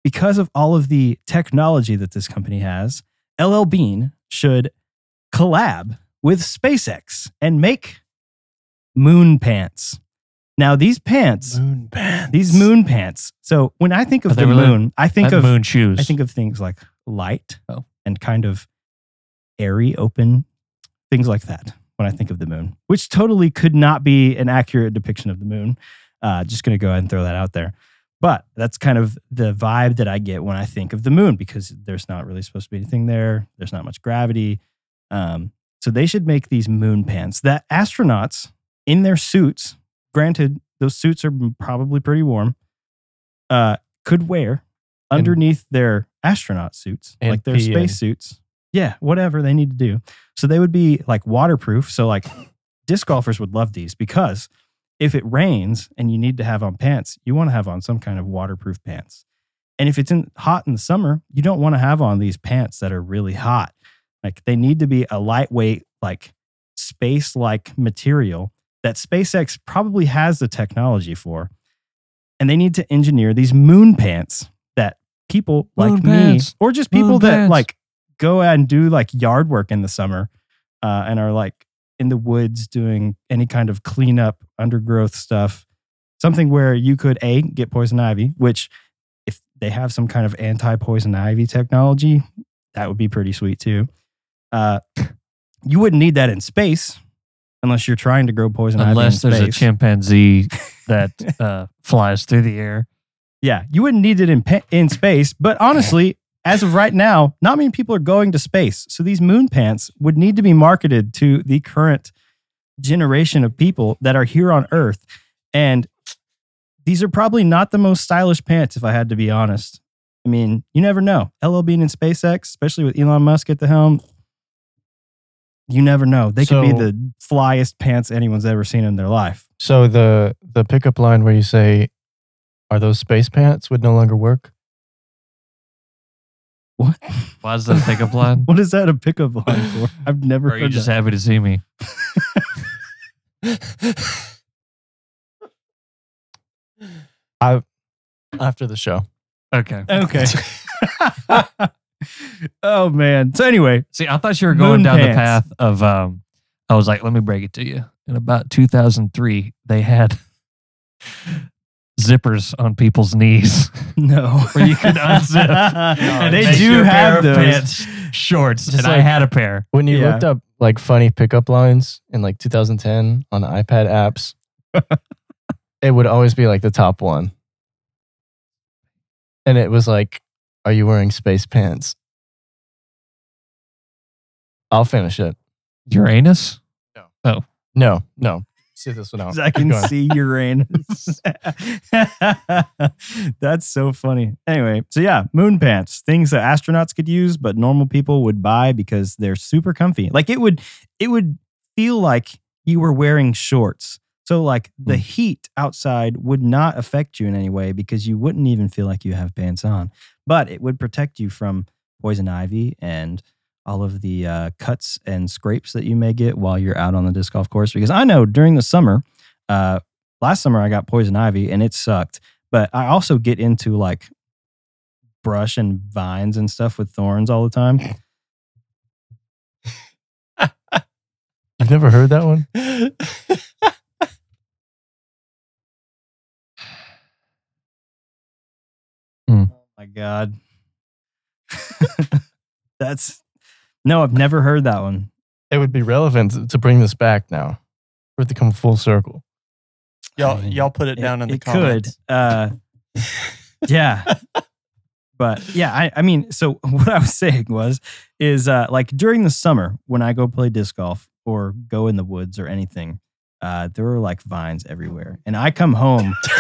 Speaker 2: because of all of the technology that this company has, LL Bean should collab with SpaceX and make moon pants. Now, these pants,
Speaker 1: Moon pants.
Speaker 2: these moon pants. So when I think
Speaker 3: Are
Speaker 2: of
Speaker 3: they
Speaker 2: the
Speaker 3: really-
Speaker 2: moon, I think
Speaker 3: That
Speaker 2: of
Speaker 3: moon shoes.
Speaker 2: I think of things like light
Speaker 3: Oh.
Speaker 2: and kind of airy, open things like that. When I think of the moon, which totally could not be an accurate depiction of the moon, uh, just going to go ahead and throw that out there. But that's kind of the vibe that I get when I think of the moon because there's not really supposed to be anything there. There's not much gravity. Um, so they should make these moon pants that astronauts in their suits, granted, those suits are probably pretty warm, uh, could wear
Speaker 4: And-
Speaker 2: underneath their astronaut suits,
Speaker 4: And
Speaker 2: like their
Speaker 4: pee in.
Speaker 2: space suits. Yeah, whatever they need to do. So they would be like waterproof. So, like, disc golfers would love these because if it rains and you need to have on pants, you want to have on some kind of waterproof pants. And if it's in hot in the summer, you don't want to have on these pants that are really hot. Like they need to be a lightweight, like space like material that SpaceX probably has the technology for. And they need to engineer these moon pants that people
Speaker 3: Moon
Speaker 2: like
Speaker 3: pants.
Speaker 2: me or just people
Speaker 3: Moon
Speaker 2: that
Speaker 3: pants.
Speaker 2: like go and do like yard work in the summer uh, and are like in the woods doing any kind of cleanup, undergrowth stuff, something where you could A, get poison ivy, which if they have some kind of anti poison ivy technology, that would be pretty sweet too. Uh, you wouldn't need that in space unless you're trying to grow poison
Speaker 3: Unless
Speaker 2: ivy. in
Speaker 3: there's a
Speaker 2: space. <laughs>
Speaker 3: chimpanzee that uh, flies through the air.
Speaker 2: Yeah, you wouldn't need it in pa- in space, but honestly, as of right now, not many people are going to space. So these moon pants would need to be marketed to the current generation of people that are here on Earth. And these are probably not the most stylish pants, if I had to be honest. I mean, you never know. LL Bean and SpaceX, especially with Elon Musk at the helm, you never know. They could
Speaker 4: So-
Speaker 2: be the flyest pants anyone's ever seen in their life.
Speaker 4: So the the pickup line where you say, "Are those space pants?" would no longer work.
Speaker 2: What?
Speaker 3: Why is that a pickup line?
Speaker 2: What is that a pickup line
Speaker 3: <laughs>
Speaker 2: for? I've never
Speaker 3: Or are
Speaker 2: heard
Speaker 3: you just
Speaker 2: that.
Speaker 3: happy to see me?
Speaker 4: After the show,
Speaker 3: Okay.
Speaker 2: <laughs> Okay. oh man. So anyway,
Speaker 3: See, I thought you were going
Speaker 2: Moon
Speaker 3: down the
Speaker 2: pants.
Speaker 3: path of. Um, I was like, let me break it to you. In about 2003, they had <laughs> zippers on people's
Speaker 2: <laughs>
Speaker 3: knees.
Speaker 2: no.
Speaker 3: Where you could unzip.
Speaker 2: And they
Speaker 3: Make
Speaker 2: do
Speaker 3: your pair
Speaker 2: have
Speaker 3: of
Speaker 2: those.
Speaker 3: pants, shorts,
Speaker 4: Just
Speaker 3: and I
Speaker 4: like-
Speaker 3: had a pair.
Speaker 4: when you
Speaker 2: Yeah.
Speaker 4: looked up like funny pickup lines in like 2010 on iPad
Speaker 2: <laughs>
Speaker 4: apps, it would always be like the top one, and it was like, "Are you wearing space pants?" I'll finish it.
Speaker 3: Uranus.
Speaker 4: No, no. See this
Speaker 2: <laughs>
Speaker 4: one out.
Speaker 2: I can
Speaker 4: Go on.
Speaker 2: see Uranus. <laughs> That's so funny. Anyway, so yeah, moon pants, things that astronauts could use but normal people would buy because they're super comfy. Like it would it would feel like you were wearing shorts. So like the
Speaker 4: Hmm.
Speaker 2: heat outside would not affect you in any way because you wouldn't even feel like you have pants on. But it would protect you from poison ivy and all of the uh, cuts and scrapes that you may get while you're out on the disc golf course. Because I know during the summer, uh, last summer I got poison ivy and it sucked. But I also get into like brush and vines and stuff with thorns all the
Speaker 1: <laughs>
Speaker 2: time.
Speaker 4: You've never heard that
Speaker 2: <laughs>
Speaker 4: one?
Speaker 2: Oh my God. <laughs> That's no, I've never heard that one.
Speaker 4: It would be relevant to- to bring this back now for it to come full circle.
Speaker 1: Y'all,
Speaker 2: I mean,
Speaker 1: y'all put it down in the
Speaker 2: it
Speaker 1: comments.
Speaker 2: Could.
Speaker 1: <laughs>
Speaker 2: Uh, yeah. But yeah, I, I mean, so <laughs> what I was saying was, is uh, like during the summer when I go play disc golf or go in the woods or anything, uh, there are like vines everywhere. And I come home, <laughs>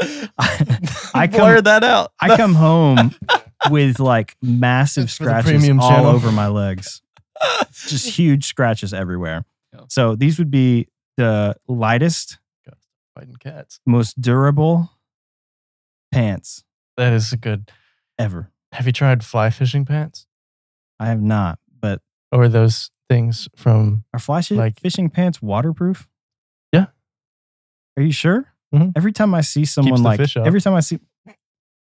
Speaker 2: I, <laughs> I come-
Speaker 1: <laughs> blur that out. <laughs>
Speaker 2: I come home with like massive
Speaker 4: That's for the
Speaker 2: scratches
Speaker 4: premium
Speaker 2: all
Speaker 4: channel.
Speaker 2: over my legs, just huge scratches everywhere.
Speaker 4: Yeah.
Speaker 2: So these would be the lightest,
Speaker 4: Fighting cats.
Speaker 2: most durable pants
Speaker 4: That is a good.
Speaker 2: ever.
Speaker 4: Have you tried fly fishing pants?
Speaker 2: I have not, but
Speaker 4: Or those things from
Speaker 2: are fly shi-
Speaker 4: Like-
Speaker 2: fishing pants waterproof?
Speaker 4: Yeah.
Speaker 2: Are you sure?
Speaker 4: Mhm.
Speaker 2: Every time I see someone
Speaker 4: the
Speaker 2: like
Speaker 4: fish up.
Speaker 2: every time I see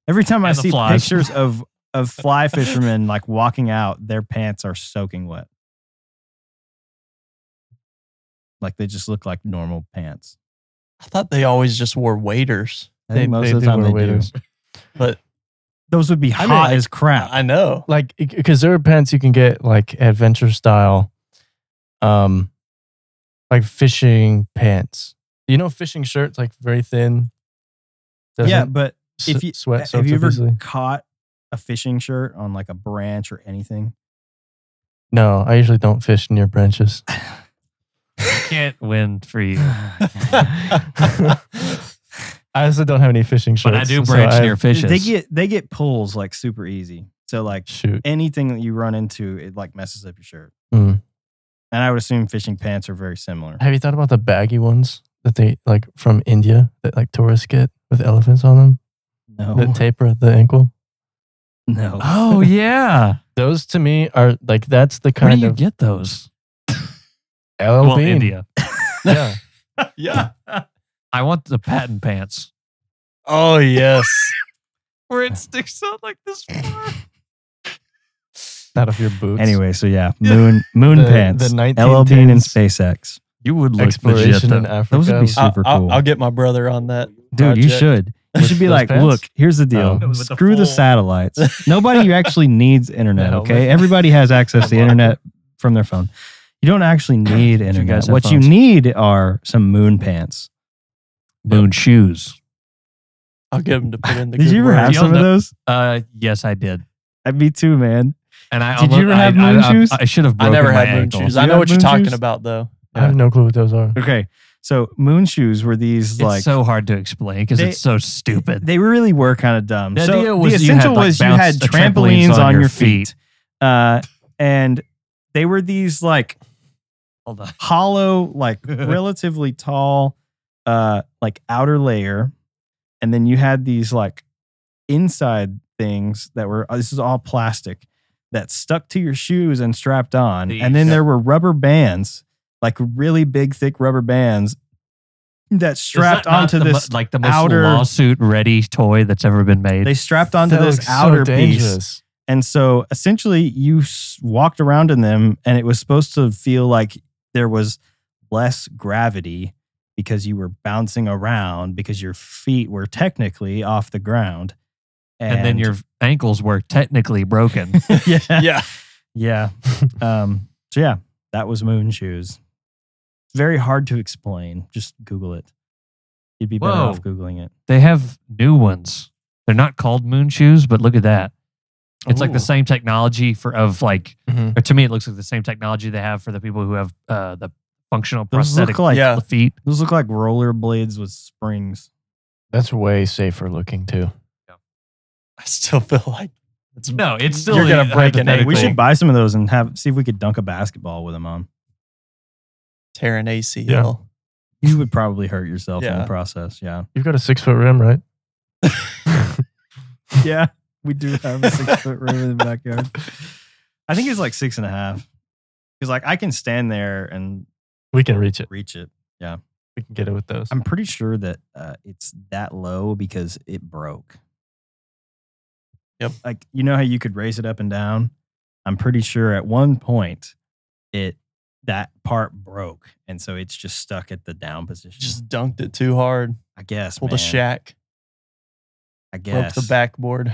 Speaker 2: every time I
Speaker 3: And the
Speaker 2: see
Speaker 3: flies.
Speaker 2: pictures
Speaker 4: <laughs>
Speaker 2: of of fly fishermen like walking out, their pants are soaking wet. Like they just look like normal pants.
Speaker 1: I thought they always just wore waders.
Speaker 2: I think
Speaker 4: They-
Speaker 2: most
Speaker 4: they
Speaker 2: of
Speaker 4: do
Speaker 2: the time
Speaker 4: wear
Speaker 2: they
Speaker 4: waders.
Speaker 2: do.
Speaker 1: But-
Speaker 2: those would be
Speaker 1: I
Speaker 2: hot
Speaker 1: mean, like,
Speaker 2: as crap.
Speaker 1: I know.
Speaker 4: like because there are pants you can get like adventure style, um, like fishing pants. You know, fishing shirts like very thin.
Speaker 2: yeah,
Speaker 4: doesn't
Speaker 2: but
Speaker 4: s-
Speaker 2: if you
Speaker 4: sweat,
Speaker 2: have
Speaker 4: soaks
Speaker 2: you
Speaker 4: up
Speaker 2: ever
Speaker 4: easily.
Speaker 2: caught a fishing shirt on like a branch or anything?
Speaker 4: No, I usually don't fish near
Speaker 2: <laughs>
Speaker 4: branches. <laughs>
Speaker 3: Can't win for you.
Speaker 2: <laughs>
Speaker 4: <laughs> I also don't have any fishing shirts.
Speaker 3: But I do
Speaker 4: so
Speaker 3: branch
Speaker 4: I-
Speaker 3: near fishes.
Speaker 2: They get they get pulls like super easy. So like
Speaker 4: Shoot,
Speaker 2: anything that you run into, it like messes up your shirt.
Speaker 4: Mm.
Speaker 2: And I would assume fishing pants are
Speaker 4: <laughs>
Speaker 2: very similar.
Speaker 4: have you thought about the baggy ones that they like from India that like tourists get with elephants on them
Speaker 2: No,
Speaker 4: that <laughs> taper at the ankle?
Speaker 2: no. <laughs>
Speaker 3: oh yeah.
Speaker 4: Those to me are like that's the
Speaker 3: Where do
Speaker 4: kind
Speaker 3: you
Speaker 4: of
Speaker 3: get those?
Speaker 2: Oh,
Speaker 4: LL
Speaker 3: well,
Speaker 4: Bean.
Speaker 3: India.
Speaker 4: Yeah,
Speaker 1: Yeah.
Speaker 3: I want the patent pants
Speaker 1: Oh yes.
Speaker 3: <laughs> where it sticks out like this far.
Speaker 4: <laughs> out of your boots.
Speaker 2: Anyway,
Speaker 4: <laughs>
Speaker 2: so yeah, moon moon
Speaker 4: The-
Speaker 2: pants,
Speaker 4: the
Speaker 2: LL Bean and
Speaker 4: 1910s
Speaker 2: SpaceX.
Speaker 3: You would look legit
Speaker 4: exploration
Speaker 3: though.
Speaker 4: in Africa.
Speaker 2: Those would be
Speaker 1: I'll,
Speaker 2: super
Speaker 1: I'll-
Speaker 2: cool,
Speaker 1: I'll get my brother on that.
Speaker 2: dude. You
Speaker 1: project.
Speaker 2: should. You
Speaker 4: With
Speaker 2: should be
Speaker 4: those
Speaker 2: like,
Speaker 4: pants?
Speaker 2: look, here's the deal.
Speaker 4: Oh. With
Speaker 3: the
Speaker 2: Screw the,
Speaker 3: full-
Speaker 2: satellites. Nobody actually needs internet.
Speaker 4: The
Speaker 2: Okay,
Speaker 4: helmet.
Speaker 2: everybody has access to the internet from their phone. You don't actually need internet.
Speaker 3: guys have
Speaker 2: what
Speaker 3: phones?
Speaker 2: you need are some moon pants.
Speaker 3: Moon shoes.
Speaker 1: I'll get him to put in the.
Speaker 2: Did
Speaker 1: good
Speaker 2: you ever
Speaker 1: word.
Speaker 2: have
Speaker 3: Y'all
Speaker 2: some of
Speaker 3: know-
Speaker 2: those?
Speaker 3: Uh, yes, I did.
Speaker 2: Uh, Me too, man.
Speaker 3: And I
Speaker 2: Did you
Speaker 3: almost-
Speaker 2: ever have
Speaker 3: I,
Speaker 2: moon
Speaker 3: I, I-
Speaker 2: shoes?
Speaker 3: I, should have.
Speaker 1: I
Speaker 3: Broken
Speaker 1: never
Speaker 3: my
Speaker 1: had moon
Speaker 3: ankle.
Speaker 1: shoes.
Speaker 2: You
Speaker 1: I know
Speaker 2: had
Speaker 1: what you're
Speaker 2: moon
Speaker 1: talking
Speaker 2: shoes?
Speaker 1: about though.
Speaker 4: I have no clue what those are.
Speaker 2: Okay. So moon shoes were these
Speaker 3: It's
Speaker 2: like
Speaker 3: so hard to explain because
Speaker 2: They-
Speaker 3: it's so stupid.
Speaker 2: they really were kind of dumb.
Speaker 3: The
Speaker 2: so
Speaker 3: idea was
Speaker 2: the
Speaker 3: you had,
Speaker 2: essential
Speaker 3: like,
Speaker 2: was you
Speaker 3: bounce-
Speaker 2: had
Speaker 3: uh, trampolines
Speaker 2: trampolines
Speaker 3: on
Speaker 2: on
Speaker 3: your
Speaker 2: your feet. Uh, and they were these like
Speaker 3: Hold on.
Speaker 2: hollow,
Speaker 3: <laughs>
Speaker 2: like relatively tall, uh, like outer layer. And then you had these like inside things that were, uh, this is all plastic that stuck to your shoes and strapped on.
Speaker 3: These.
Speaker 2: And then there were rubber bands, like really big, thick rubber bands that strapped
Speaker 3: Is that not
Speaker 2: onto
Speaker 3: the mo-
Speaker 2: this.
Speaker 3: like the most
Speaker 2: outer-
Speaker 3: lawsuit ready toy that's ever been made.
Speaker 2: they strapped onto
Speaker 4: That
Speaker 2: this
Speaker 4: looks so
Speaker 2: outer piece.
Speaker 4: dangerous.
Speaker 2: And so essentially you s- walked around in them and it was supposed to feel like there was less gravity because you were bouncing around because your feet were technically off the ground.
Speaker 3: and, then your ankles were technically broken.
Speaker 2: <laughs> yeah.
Speaker 1: Yeah.
Speaker 2: Yeah. <laughs> um, so yeah, that was moon shoes. Very hard to explain. Just Google it. You'd be better
Speaker 3: Whoa.
Speaker 2: off Googling it.
Speaker 3: they have new ones. They're not called moon shoes, but look at that. It's like the
Speaker 4: Ooh.
Speaker 3: same technology for of like
Speaker 4: Mhm.
Speaker 3: or to me it looks like the same technology they have for the people who have uh, the functional
Speaker 2: Those look
Speaker 3: prosthetic
Speaker 2: like-
Speaker 1: Yeah.
Speaker 3: feet.
Speaker 2: Those look like roller blades with springs.
Speaker 4: That's way safer looking too.
Speaker 1: I still feel like it's
Speaker 3: No, it's still
Speaker 1: You're gonna
Speaker 3: a
Speaker 1: break an ankle.
Speaker 2: We
Speaker 1: Cool.
Speaker 2: should buy some of those and have see if we could dunk a basketball with them on.
Speaker 1: tearing ACL.
Speaker 2: You would probably hurt yourself in the
Speaker 1: Yeah.
Speaker 2: process.
Speaker 1: <laughs>
Speaker 2: Yeah.
Speaker 4: You've got a six foot rim, right? <laughs>
Speaker 2: Yeah. We do have a six foot room in the backyard. I think it's like six and a half. Because like I can stand there and
Speaker 4: We can reach it.
Speaker 2: reach it.
Speaker 4: We can get it with those.
Speaker 2: I'm pretty sure that uh, it's that low because it broke.
Speaker 1: Yep.
Speaker 2: Like you know how you could raise it up and down. I'm pretty sure at one point it that part broke, and so it's just stuck at the down position.
Speaker 1: Just dunked it too hard.
Speaker 2: I guess.
Speaker 1: Pulled
Speaker 2: man.
Speaker 1: a shack.
Speaker 2: I
Speaker 1: Broke
Speaker 2: guess
Speaker 1: the backboard.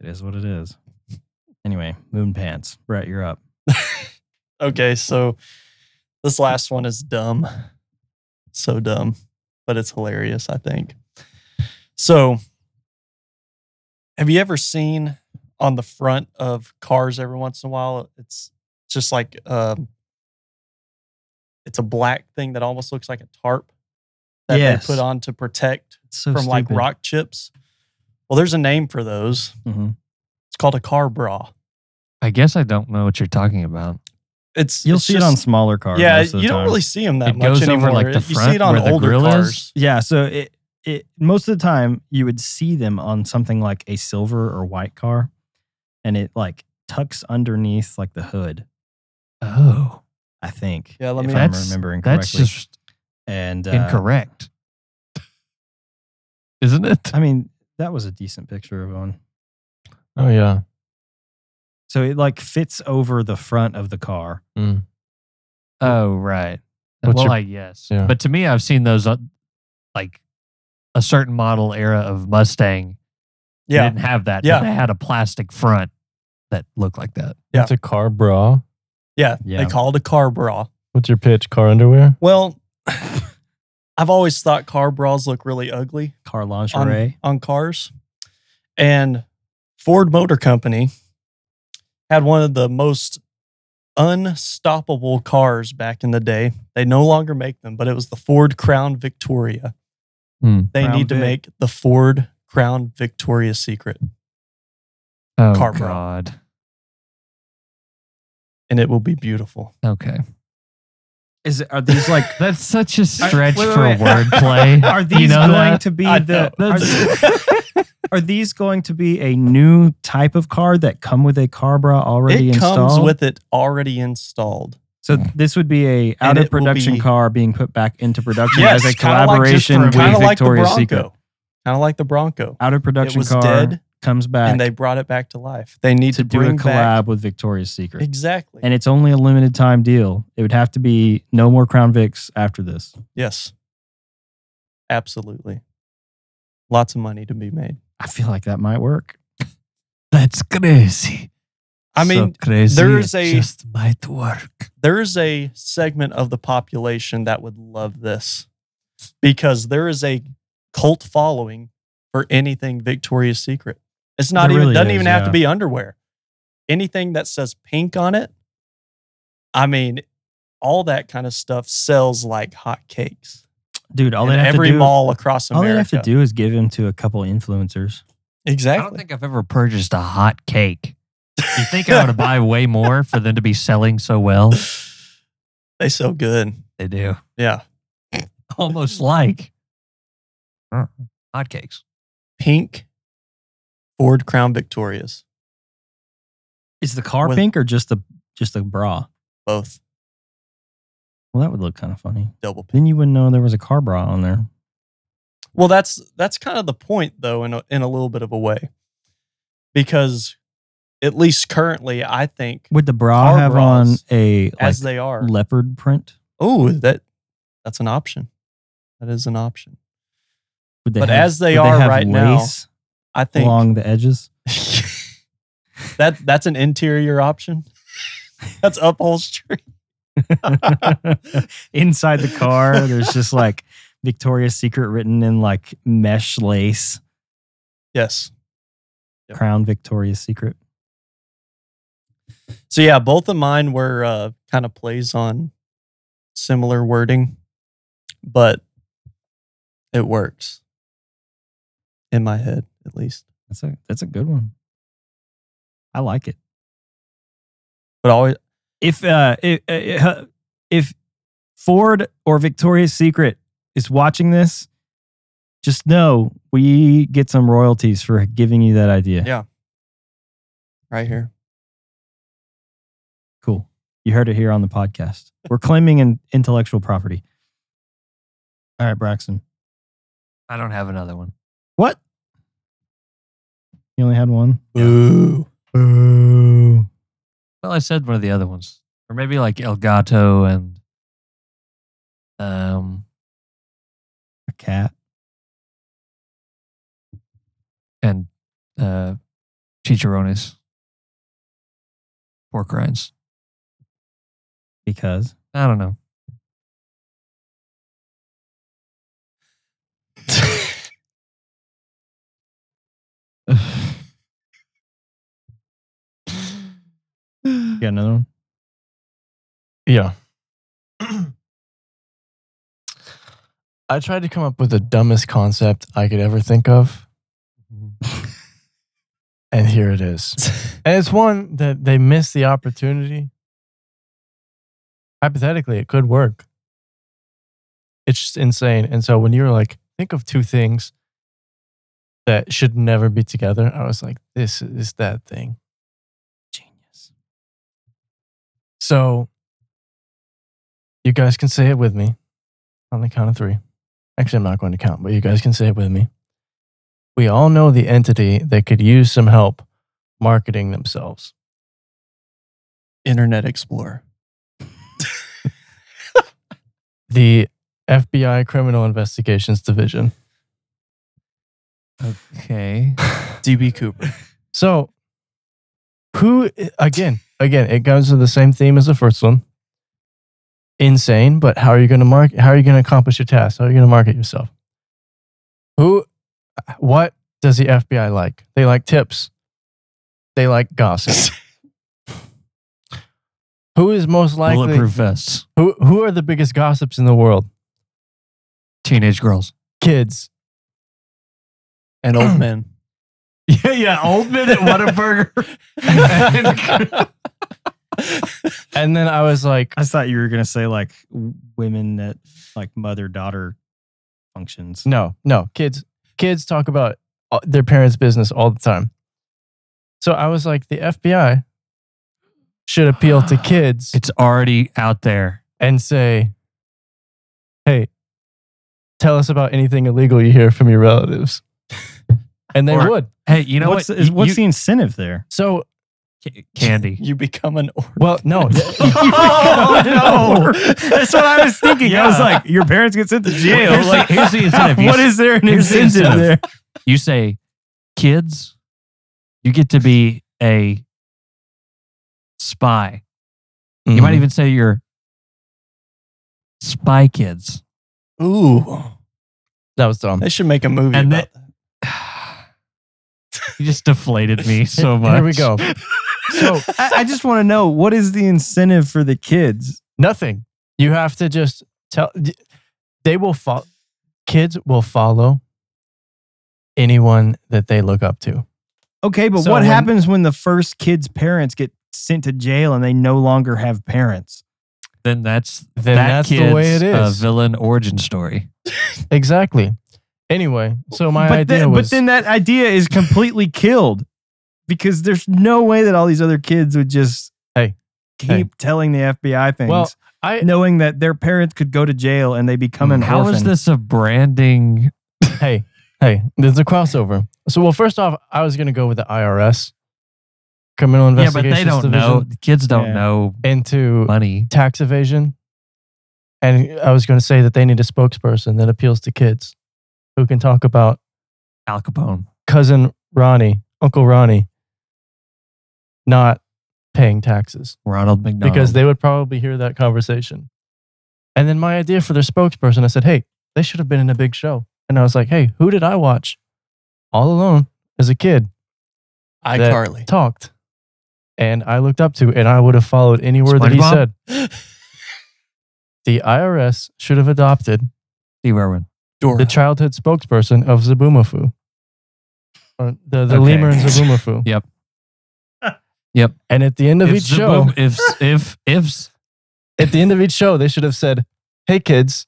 Speaker 2: It is what it is. Anyway, moon pants. Brett, you're up.
Speaker 1: Okay, so this last one is dumb. so dumb, but it's hilarious, I think. So, have you ever seen on the front of cars every once in a while? It's just like um, it's a black thing that almost looks like a tarp that
Speaker 2: Yes.
Speaker 1: they put on to protect
Speaker 2: It's so
Speaker 1: from like
Speaker 2: stupid.
Speaker 1: rock chips. Well, there's a name for those.
Speaker 2: Mhm.
Speaker 1: It's called a car bra.
Speaker 3: I guess I don't know what you're talking about.
Speaker 1: It's
Speaker 2: You'll
Speaker 1: it's
Speaker 2: see it
Speaker 1: just-
Speaker 2: on smaller cars.
Speaker 1: Yeah,
Speaker 2: most of the
Speaker 1: you don't
Speaker 2: time.
Speaker 1: really see them that
Speaker 3: It
Speaker 1: much
Speaker 3: goes over,
Speaker 1: anymore.
Speaker 3: like, the
Speaker 1: It- you see
Speaker 3: front
Speaker 1: it on
Speaker 3: where the
Speaker 1: older
Speaker 3: grill is.
Speaker 1: cars.
Speaker 2: Yeah, so it it most of the time you would see them on something like a silver or white car, and it like tucks underneath like the hood.
Speaker 3: Oh,
Speaker 2: I think.
Speaker 1: Yeah, let
Speaker 2: if
Speaker 1: me-
Speaker 2: I'm
Speaker 3: That's-
Speaker 2: remembering correctly.
Speaker 3: that's just
Speaker 2: and uh,
Speaker 3: incorrect, isn't it?
Speaker 2: I mean, that was a decent picture of one.
Speaker 4: Oh yeah.
Speaker 2: So it like fits over the front of the car.
Speaker 4: Mm.
Speaker 3: <laughs> Oh, right.
Speaker 4: What's
Speaker 3: well,
Speaker 4: your-
Speaker 3: I guess.
Speaker 4: Yeah.
Speaker 3: But to me, I've seen those uh, like a certain model era of Mustang. They
Speaker 1: Yeah,
Speaker 3: didn't have that.
Speaker 1: Yeah.
Speaker 3: But they had a plastic front that looked like that.
Speaker 1: Yeah.
Speaker 4: It's a car bra.
Speaker 1: yeah.
Speaker 2: Yeah.
Speaker 1: They call it a car bra.
Speaker 4: What's your pitch? Car underwear?
Speaker 1: Well, <laughs> I've always thought car bras look really ugly
Speaker 2: Car
Speaker 1: on,
Speaker 2: lingerie.
Speaker 1: on cars. And Ford Motor Company had one of the most unstoppable cars back in the day. They no longer make them, but it was the Ford Crown Victoria.
Speaker 3: Hmm.
Speaker 1: They
Speaker 2: Crown
Speaker 1: need to
Speaker 2: Vic.
Speaker 1: make the Ford Crown Victoria Secret,
Speaker 3: Oh
Speaker 1: Car bra.
Speaker 3: God.
Speaker 1: and it will be beautiful.
Speaker 3: Okay.
Speaker 2: Is are these like
Speaker 3: That's such a stretch
Speaker 2: wait, wait,
Speaker 3: for
Speaker 2: wait.
Speaker 3: wordplay.
Speaker 2: <laughs> are
Speaker 3: <laughs>
Speaker 2: these
Speaker 3: you know
Speaker 2: going
Speaker 3: that?
Speaker 2: to be
Speaker 1: I
Speaker 2: the
Speaker 3: know.
Speaker 2: are, th- <laughs> are these going to be a new type of car that come with a car bra already
Speaker 1: it
Speaker 2: installed?
Speaker 1: comes with it already installed.
Speaker 2: so this would be a out
Speaker 1: And
Speaker 2: of
Speaker 1: it will
Speaker 2: production
Speaker 1: be-
Speaker 2: car being put back into production
Speaker 1: Yes,
Speaker 2: as a
Speaker 1: kinda like just
Speaker 2: collaboration
Speaker 3: for-
Speaker 2: with
Speaker 1: Kind of like the
Speaker 2: Victoria's Secret.
Speaker 1: Bronco. Kind of like the Bronco.
Speaker 2: Out of
Speaker 1: It
Speaker 2: production
Speaker 1: was
Speaker 2: car
Speaker 1: dead,
Speaker 2: comes back
Speaker 1: and they brought it back to life. They need
Speaker 2: to
Speaker 1: to,
Speaker 2: do a
Speaker 1: bring
Speaker 2: collab
Speaker 1: back-
Speaker 2: with Victoria's Secret.
Speaker 1: Exactly.
Speaker 2: And it's only a limited time deal. It would have to be no more Crown Vics after this.
Speaker 1: yes. Absolutely. Lots of money to be made.
Speaker 2: I feel like that might work.
Speaker 3: That's crazy.
Speaker 1: I mean,
Speaker 3: so crazy.
Speaker 1: there is
Speaker 3: it
Speaker 1: a-
Speaker 3: just might work.
Speaker 1: there is a segment of the population that would love this because there is a cult following for anything Victoria's Secret. It's not
Speaker 2: There
Speaker 1: even
Speaker 2: really
Speaker 1: doesn't
Speaker 2: is,
Speaker 1: even have
Speaker 2: yeah.
Speaker 1: to be underwear. Anything that says pink on it, I mean, all that kind of stuff sells like hotcakes.
Speaker 2: Dude, all
Speaker 1: in
Speaker 2: they have
Speaker 1: every
Speaker 2: to do
Speaker 1: mall across
Speaker 2: all
Speaker 1: America.
Speaker 2: they have to do is give him to a couple influencers.
Speaker 3: I
Speaker 1: exactly.
Speaker 3: don't think I've ever purchased a hot cake. You think I would buy way more for them to be selling so well?
Speaker 1: they sell good.
Speaker 3: They do.
Speaker 1: Yeah,
Speaker 3: almost like uh, hotcakes.
Speaker 1: pink Ford Crown Victorias,
Speaker 2: Is the car
Speaker 1: With-
Speaker 2: pink or just the just the bra?
Speaker 1: both
Speaker 2: Well, that would look kind of funny.
Speaker 1: double pink.
Speaker 2: Then you wouldn't know there was a car bra on there.
Speaker 1: Well, that's that's kind of the point, though, in a, in a little bit of a way, because at least currently, I think
Speaker 2: Would the bra
Speaker 1: Car
Speaker 2: have
Speaker 1: bras,
Speaker 2: on a like
Speaker 1: as they are,
Speaker 2: leopard print?
Speaker 1: oh, that that's an option. That is an option.
Speaker 2: Would they
Speaker 1: But
Speaker 2: have-
Speaker 1: as they
Speaker 2: would
Speaker 1: are
Speaker 2: have
Speaker 1: right now,
Speaker 2: lace
Speaker 1: I think
Speaker 2: along the edges?
Speaker 1: <laughs> that that's an interior option. <laughs> that's upholstery.
Speaker 2: Inside the <laughs> car, there's just like Victoria's Secret written in like mesh lace.
Speaker 1: Yes. Yep.
Speaker 2: Crown Victoria's Secret.
Speaker 1: So yeah, both of mine were uh, kind of plays on similar wording, but it works in my head at least.
Speaker 2: That's a that's a good one. I like it.
Speaker 1: But always,
Speaker 2: If uh if, uh, if Ford or Victoria's Secret is watching this, just know we get some royalties for giving you that idea.
Speaker 1: Yeah. right here,
Speaker 2: Cool. You heard it here on the podcast. We're claiming an intellectual property. All right, Braxton.
Speaker 3: I don't have another one.
Speaker 2: What? You only had one?
Speaker 1: boo,
Speaker 2: Boo.
Speaker 3: Well, I said one of the other ones, or maybe like Elgato and um.
Speaker 2: A cat.
Speaker 3: and uh, chicharrones, pork rinds.
Speaker 2: Because
Speaker 3: I don't know.
Speaker 2: You got another one?
Speaker 4: Yeah. <clears throat> I tried to come up with the dumbest concept I could ever think of. and here it is. And it's one that they missed the opportunity. Hypothetically, it could work. It's just insane. And so when you were like, think of two things that should never be together, I was like, this is that thing.
Speaker 2: Genius.
Speaker 4: So you guys can say it with me on the count of three. Actually, I'm not going to count, but you guys can say it with me. We all know the entity that could use some help marketing themselves.
Speaker 1: Internet <clears throat> Explorer.
Speaker 4: The FBI Criminal Investigations Division.
Speaker 3: Okay.
Speaker 1: DB Cooper.
Speaker 4: So, who again? Again, it goes to the same theme as the first one. Insane, but how are you going to mark? How are you going to accomplish your task? How are you going to market yourself? Who? What does the FBI like? They like tips. They like gossip. who is most likely?
Speaker 3: <laughs> Bulletproof vests.
Speaker 4: Who Who are the biggest gossips in the world?
Speaker 3: Teenage girls.
Speaker 4: Kids.
Speaker 1: And
Speaker 4: <clears throat>
Speaker 1: old men.
Speaker 3: Yeah, yeah. Old <laughs> men at Whataburger.
Speaker 4: And then I was like,
Speaker 2: I thought you were going to say like w- women that like mother daughter functions.
Speaker 4: No, no, kids, kids talk about uh, their parents' business all the time. So I was like, the FBI should appeal
Speaker 3: <sighs>
Speaker 4: to kids
Speaker 3: it's already out there.
Speaker 4: and say, "Hey, tell us about anything illegal you hear from your relatives," and they
Speaker 3: Or-
Speaker 4: would.
Speaker 3: Hey, you know
Speaker 2: what's
Speaker 3: what?
Speaker 2: is-
Speaker 3: You-
Speaker 2: what's
Speaker 3: you-
Speaker 2: the incentive there?
Speaker 4: So,
Speaker 1: <laughs>
Speaker 3: candy?
Speaker 1: You become an orphan.
Speaker 4: well,
Speaker 3: <laughs>
Speaker 4: no,
Speaker 2: oh no! That's what I was thinking. I was like, your parents get sent to jail.
Speaker 3: Here's the-
Speaker 2: like,
Speaker 3: here's the incentive. You
Speaker 2: What
Speaker 3: s-
Speaker 2: is there an
Speaker 3: here's the
Speaker 2: incentive
Speaker 3: incentive.
Speaker 2: there?
Speaker 3: you say, kids, you get to be a spy.
Speaker 4: Mm-hmm.
Speaker 3: You might even say you're spy kids.
Speaker 1: Ooh.
Speaker 4: that was
Speaker 3: <laughs>
Speaker 4: dumb.
Speaker 1: They should make a movie
Speaker 3: And
Speaker 1: about that.
Speaker 3: You just deflated me so much.
Speaker 4: Here we go. So
Speaker 2: I, I just want to know what is the incentive for the kids?
Speaker 4: nothing. You have to just tell. They will follow. Kids will follow anyone that they look up to.
Speaker 2: Okay, but
Speaker 4: So
Speaker 2: what
Speaker 4: when-
Speaker 2: happens when the first kid's parents get sent to jail and they no longer have parents?
Speaker 3: Then that's
Speaker 4: Then
Speaker 3: that
Speaker 4: that's
Speaker 3: kid's
Speaker 4: the way it
Speaker 3: uh,
Speaker 4: is.
Speaker 3: villain origin story.
Speaker 4: exactly. Anyway, so my
Speaker 2: but,
Speaker 4: idea
Speaker 2: then,
Speaker 4: was
Speaker 2: but then that idea is completely killed because there's no way that all these other kids would just
Speaker 4: Hey,
Speaker 2: keep
Speaker 4: hey.
Speaker 2: telling the FBI things,
Speaker 4: well, I
Speaker 2: knowing that their parents could go to jail and they become an
Speaker 3: How
Speaker 2: orphan.
Speaker 3: is this a branding?
Speaker 4: hey hey, there's a crossover. So well, first off, I was gonna go with the IRS, criminal
Speaker 3: Yeah, but
Speaker 4: investigations
Speaker 3: they don't
Speaker 4: division,
Speaker 3: know. The kids don't
Speaker 2: Yeah.
Speaker 3: know
Speaker 4: into
Speaker 3: money.
Speaker 4: tax evasion, and I was gonna say that they need a spokesperson that appeals to kids, who can talk about
Speaker 3: Al Capone.
Speaker 4: cousin Ronnie, Uncle Ronnie, not paying taxes.
Speaker 3: Ronald McDonald.
Speaker 4: because they would probably hear that conversation. And then my idea for their spokesperson, I said, hey, they should have been in a big show. And I was like, hey, who did I watch all alone as a kid That-
Speaker 1: iCarly.
Speaker 4: talked and I looked up to and I would have followed any word that he
Speaker 3: SpongeBob?
Speaker 4: said? The IRS should have adopted
Speaker 3: Steve Irwin.
Speaker 1: <gasps> Dora.
Speaker 4: the childhood spokesperson of Zabumafu. Or the the
Speaker 3: Okay.
Speaker 4: lemur
Speaker 3: <laughs>
Speaker 4: in Zabumafu.
Speaker 3: Yep. Yep.
Speaker 4: And at the end of
Speaker 3: If
Speaker 4: each
Speaker 3: the
Speaker 4: show,
Speaker 3: boom- <laughs> if if if
Speaker 4: at the end of each show, they should have said, hey, kids,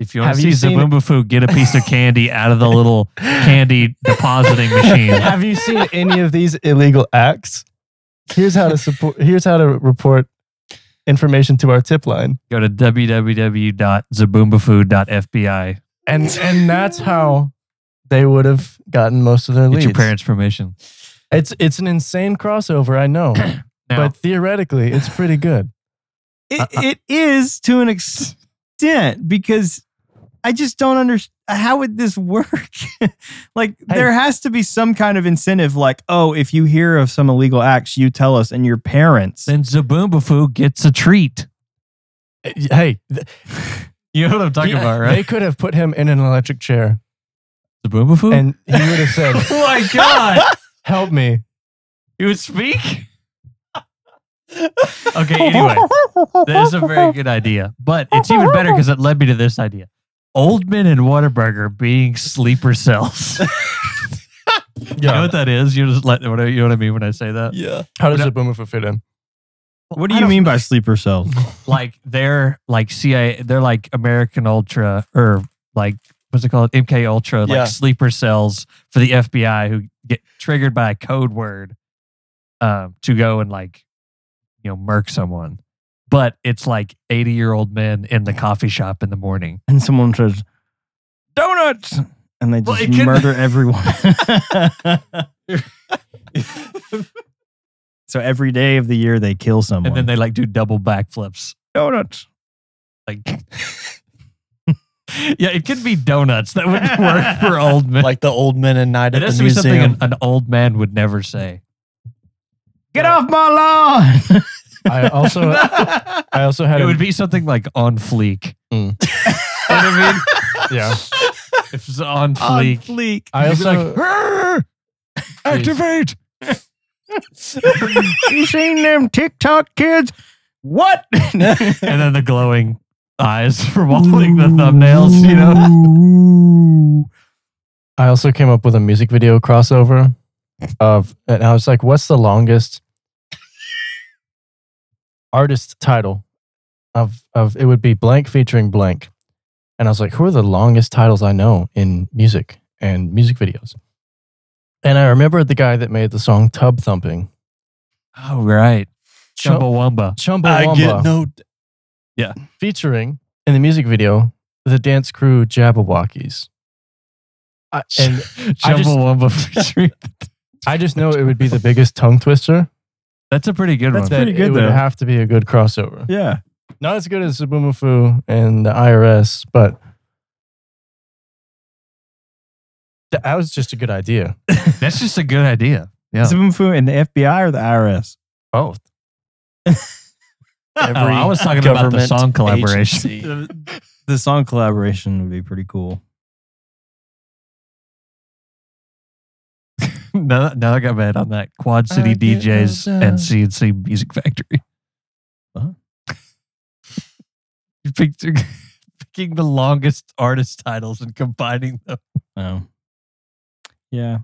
Speaker 3: if you want
Speaker 4: Have
Speaker 3: to
Speaker 4: you
Speaker 3: see
Speaker 4: seen-
Speaker 3: Zaboombafoo get a piece of candy out of the <laughs> little candy depositing machine. <laughs>
Speaker 4: Have you seen any of these illegal acts? Here's how to support. Here's how to report information to our tip line.
Speaker 3: go to www.zaboombafoo.fbi.
Speaker 4: And and that's how they would have gotten most of their
Speaker 3: Get
Speaker 4: leads.
Speaker 3: your parents' permission.
Speaker 4: It's it's an insane crossover, I know,
Speaker 3: <clears throat> Now,
Speaker 4: but theoretically, it's pretty good.
Speaker 3: Uh,
Speaker 2: It, it is to an extent because I just don't understand how would this work. <laughs> like there has to be some kind of incentive. Like, oh, if you hear of some illegal acts, you tell us, and your parents.
Speaker 3: then Zaboombafoo gets a treat.
Speaker 4: Hey, th-
Speaker 3: You know what I'm talking about,
Speaker 4: they
Speaker 3: right?
Speaker 4: could have put him in an electric chair,
Speaker 3: Zaboombafoo?
Speaker 4: and he
Speaker 3: <laughs>
Speaker 4: would have said,
Speaker 3: oh my God.
Speaker 4: "Help me."
Speaker 3: You would speak? Okay, anyway, that is a very good idea, but it's even better because it led me to this idea: old men and Whataburger being sleeper cells. <laughs> You know what that is? You just let whatever you know what I mean when I say that.
Speaker 1: yeah.
Speaker 4: How does the boomer fit in?
Speaker 2: What do
Speaker 3: I
Speaker 2: you
Speaker 3: don't-
Speaker 2: mean by
Speaker 3: <laughs>
Speaker 2: sleeper cells?
Speaker 3: Like they're like CIA, they're like American Ultra or like what's it called? MK Ultra,
Speaker 1: Yeah.
Speaker 3: like sleeper cells for the FBI who get triggered by a code word um, to go and like you know murk someone. But it's like eighty year old men in the coffee shop in the morning.
Speaker 2: And someone says, donuts! And they just
Speaker 3: Well, it can- <laughs>
Speaker 2: murder everyone. so every day of the year they kill someone.
Speaker 3: And then they like do double backflips.
Speaker 2: donuts.
Speaker 3: Like <laughs> Yeah, it could be donuts. That would work
Speaker 1: <laughs>
Speaker 3: for old men.
Speaker 1: Like the old men and night
Speaker 3: It
Speaker 1: at
Speaker 3: has
Speaker 1: the
Speaker 3: to be something
Speaker 1: museum.
Speaker 3: an, an old man would never say.
Speaker 2: Get off my lawn!
Speaker 4: I also
Speaker 3: <laughs>
Speaker 4: I also had
Speaker 3: It
Speaker 4: a-
Speaker 3: would be something like on fleek.
Speaker 4: Mm. <laughs>
Speaker 3: you know what I mean?
Speaker 4: yeah.
Speaker 3: If it's on
Speaker 2: <laughs> On
Speaker 3: fleek.
Speaker 2: fleek.
Speaker 4: I
Speaker 3: you'd be
Speaker 4: also
Speaker 3: like, activate.
Speaker 2: you seen them TikTok kids? <laughs> What?
Speaker 3: And then the glowing eyes <laughs> from holding the thumbnails, you know?
Speaker 2: know?
Speaker 4: I also came up with a music video crossover of and I was like, what's the longest artist title of of it would be blank featuring blank. And I was like, who are the longest titles I know in music and music videos? And I remember the guy that made the song Tub Thumping.
Speaker 3: Oh, right.
Speaker 4: Chum-
Speaker 3: Chumbawamba.
Speaker 1: I get
Speaker 4: Chumbawamba
Speaker 1: no.
Speaker 2: <laughs>
Speaker 4: featuring in the music video the dance crew Jabberwockies. I, and
Speaker 1: <laughs>
Speaker 4: I just-
Speaker 3: Chumbawamba <laughs> featuring.
Speaker 4: I just know it would be the biggest tongue twister.
Speaker 3: That's a pretty good
Speaker 2: That's
Speaker 3: one.
Speaker 4: that
Speaker 2: pretty good,
Speaker 4: it would
Speaker 2: though.
Speaker 4: have to be a good crossover.
Speaker 2: <laughs> Yeah.
Speaker 4: Not as good as Subumafu and the IRS, but th- that was just a good idea.
Speaker 3: That's just a good <laughs> idea. Yeah.
Speaker 2: Zimfu and the FBI or the IRS?
Speaker 4: Both.
Speaker 3: Oh, I was talking about the
Speaker 1: government
Speaker 3: song collaboration. <laughs>
Speaker 2: <laughs>
Speaker 1: agency.
Speaker 2: The, the song collaboration would be pretty cool.
Speaker 3: now, now I got mad on that Quad City
Speaker 1: I get
Speaker 3: DJs
Speaker 1: no
Speaker 3: and
Speaker 1: doubt.
Speaker 3: CNC Music Factory.
Speaker 2: Huh?
Speaker 3: <laughs> you picked <laughs> picking the longest artist titles and combining them.
Speaker 2: Oh. Yeah.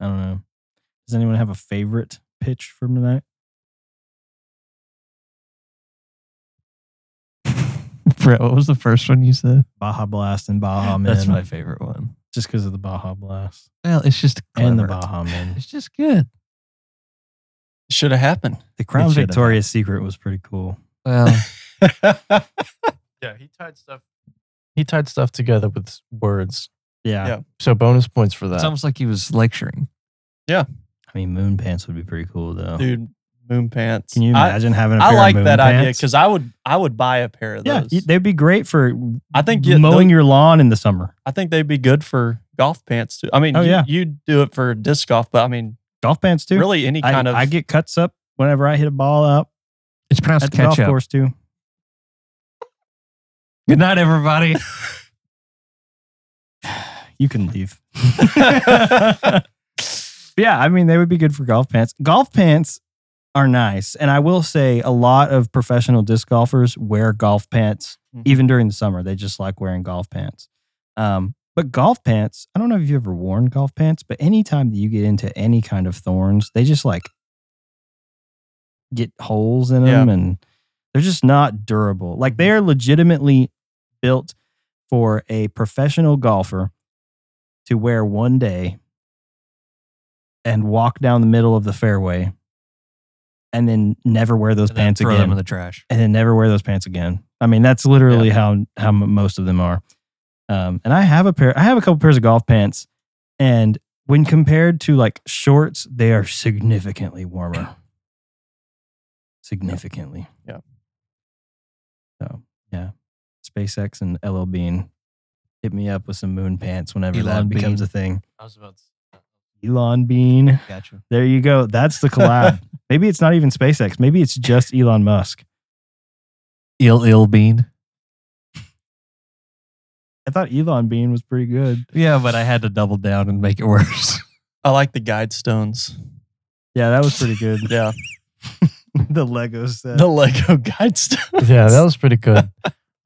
Speaker 2: I don't know. Does anyone have a favorite pitch from tonight?
Speaker 3: <laughs> Brett, what was the first one you said?
Speaker 2: Baja Blast and Baja Men.
Speaker 3: That's my favorite one.
Speaker 2: Just because of the Baja Blast
Speaker 3: Well, it's just
Speaker 2: and the
Speaker 3: clever.
Speaker 2: Baja <laughs> Men.
Speaker 3: It's just good.
Speaker 1: Should have happened.
Speaker 2: The Crown
Speaker 3: should've
Speaker 2: Victoria's Secret was pretty cool.
Speaker 3: <laughs> Well,
Speaker 1: yeah.
Speaker 4: Yeah, he tied stuff. He tied stuff together with s- words.
Speaker 2: Yeah.
Speaker 1: Yeah.
Speaker 4: So bonus points for that.
Speaker 3: it's almost like he was lecturing.
Speaker 2: I mean, Moon Pants would be pretty cool though.
Speaker 1: Dude, moon pants.
Speaker 2: Can you
Speaker 1: I-
Speaker 2: imagine having a
Speaker 1: I
Speaker 2: pair
Speaker 1: like
Speaker 2: of moon
Speaker 1: that idea
Speaker 2: pants?
Speaker 1: because I would I would buy a pair of
Speaker 2: yeah,
Speaker 1: those.
Speaker 2: you- they'd be great for
Speaker 1: I think you,
Speaker 2: mowing
Speaker 1: those-
Speaker 2: your lawn in the summer.
Speaker 1: I think they'd be good for golf pants too. I mean,
Speaker 2: Oh,
Speaker 1: you,
Speaker 2: yeah.
Speaker 1: you'd do it for disc golf, but I mean,
Speaker 2: Golf pants too.
Speaker 1: really any
Speaker 2: I,
Speaker 1: kind of
Speaker 2: I get cuts up whenever I hit a ball out
Speaker 3: It's pronounced
Speaker 2: at the golf
Speaker 3: ketchup.
Speaker 2: course too.
Speaker 3: Good night, <laughs> everybody.
Speaker 2: You can
Speaker 1: <laughs>
Speaker 2: leave. <laughs> yeah, I mean they would be good for golf pants. Golf pants are nice, and I will say a lot of professional disc golfers wear golf pants
Speaker 1: Mhm.
Speaker 3: Mm-hmm.
Speaker 2: even during the summer. They just like wearing golf pants. Um, but golf pants, I don't know if you've ever worn golf pants, but anytime that you get into any kind of thorns, they just like get holes in them and they're just not durable. Like they are
Speaker 3: Mm-hmm.
Speaker 2: legitimately built for a professional golfer to wear one day and walk down the middle of the fairway and then never wear those
Speaker 3: And then
Speaker 2: pants
Speaker 3: throw
Speaker 2: again
Speaker 3: them in the trash.
Speaker 2: and then never wear those pants again. I mean, that's literally how how m- most of them are. Um, and I have a pair. I have a couple pairs of golf pants, and when compared to like shorts, they are significantly warmer. Significantly.
Speaker 1: Yeah.
Speaker 2: So yeah, SpaceX and LL Bean hit me up with some moon pants whenever
Speaker 3: Elon
Speaker 2: that becomes
Speaker 3: Bean.
Speaker 2: a thing.
Speaker 4: I was about
Speaker 2: Elon Bean. <laughs>
Speaker 3: Gotcha.
Speaker 2: There you go. That's
Speaker 3: <laughs>
Speaker 2: the collab. Maybe it's not even SpaceX. Maybe it's just Elon Musk.
Speaker 3: Ill, ill bean.
Speaker 2: I thought Elon Bean was pretty good.
Speaker 3: Yeah, but I had to double down and make it worse.
Speaker 1: I like the guide stones.
Speaker 3: <laughs>
Speaker 2: Yeah, that was pretty good.
Speaker 1: Yeah.
Speaker 2: the Lego set.
Speaker 1: the Lego guide
Speaker 4: <laughs>
Speaker 1: stuff. <laughs>
Speaker 4: Yeah, that was pretty
Speaker 2: <laughs>
Speaker 4: good.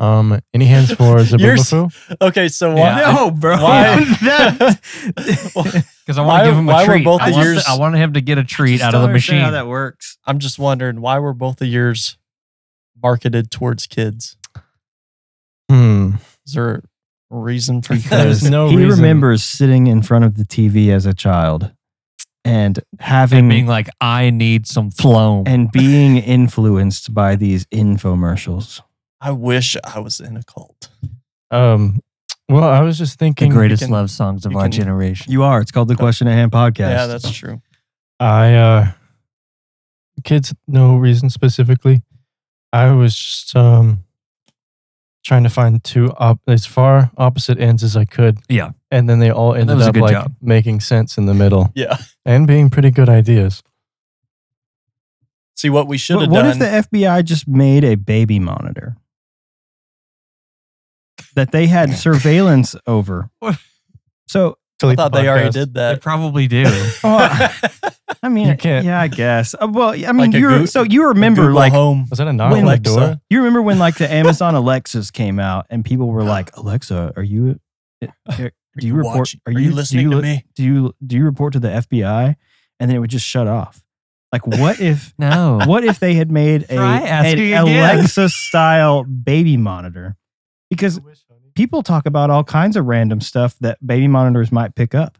Speaker 4: Um, any hands for
Speaker 1: Yours-
Speaker 4: Zabumafu?
Speaker 1: Okay, so why?
Speaker 3: Yeah.
Speaker 2: no, bro. <laughs>
Speaker 1: Why? <laughs>
Speaker 2: That-
Speaker 3: Because I want
Speaker 1: Why-
Speaker 3: to give him a
Speaker 1: why were
Speaker 3: treat.
Speaker 1: both
Speaker 3: I,
Speaker 1: the
Speaker 3: want
Speaker 1: years-
Speaker 3: I wanted him to get a treat
Speaker 2: Just
Speaker 3: out of the
Speaker 2: don't understand
Speaker 3: machine.
Speaker 2: How that works?
Speaker 1: I'm just wondering why were both of yours marketed towards kids?
Speaker 4: Hmm.
Speaker 1: Is there a reason for
Speaker 4: Because-
Speaker 1: that?
Speaker 4: There's no
Speaker 2: he
Speaker 4: reason-
Speaker 2: remembers sitting in front of the TV as a child and having
Speaker 3: and being like, I need some phloem.
Speaker 2: and being influenced by these infomercials.
Speaker 1: I wish I was in a cult.
Speaker 4: Um, well, I was just
Speaker 3: the
Speaker 4: thinking.
Speaker 3: greatest
Speaker 1: can-
Speaker 3: love songs of
Speaker 1: you
Speaker 3: our
Speaker 1: can-
Speaker 3: generation.
Speaker 2: You are. It's called the Question at Hand podcast.
Speaker 1: Yeah, that's true.
Speaker 4: I uh kids no reason specifically. I was just um trying to find two op- as far opposite ends as I could.
Speaker 3: Yeah.
Speaker 4: And then they all
Speaker 3: that
Speaker 4: ended
Speaker 3: was a
Speaker 4: up
Speaker 3: good
Speaker 4: like
Speaker 3: job.
Speaker 4: making sense in the middle
Speaker 1: Yeah.
Speaker 4: and being pretty good ideas.
Speaker 1: See what we should
Speaker 2: What,
Speaker 1: have
Speaker 2: what
Speaker 1: done.
Speaker 2: if the FBI just made a baby monitor that they had surveillance
Speaker 1: <laughs>
Speaker 2: over?
Speaker 3: What?
Speaker 2: So,
Speaker 1: I thought they already did
Speaker 3: They
Speaker 1: that.
Speaker 3: probably
Speaker 2: <laughs>
Speaker 3: do.
Speaker 2: oh,
Speaker 1: <laughs>
Speaker 2: I mean,
Speaker 4: You can't-
Speaker 2: yeah, I guess. Uh, well, I mean,
Speaker 1: Like a
Speaker 2: you
Speaker 1: Goo-
Speaker 2: are so you remember
Speaker 1: Google
Speaker 2: like
Speaker 1: home.
Speaker 4: Was that a knock
Speaker 2: When
Speaker 4: on the
Speaker 1: Alexa.
Speaker 4: door?
Speaker 2: You remember when like
Speaker 1: <laughs>
Speaker 2: the Amazon Alexas came out and people were like, "Alexa, are you do
Speaker 1: Are
Speaker 2: you report
Speaker 1: watching- Are you,
Speaker 2: do
Speaker 1: listening
Speaker 2: you
Speaker 1: to
Speaker 2: li-
Speaker 1: me?
Speaker 2: Do you do you report to the FBI?" And then it would just shut off. Like what
Speaker 1: <laughs>
Speaker 2: if
Speaker 3: No.
Speaker 2: what if they had made a
Speaker 3: Try asking
Speaker 2: an
Speaker 3: again.
Speaker 2: Alexa style baby monitor? Because people talk about all kinds of random stuff that baby monitors might pick up.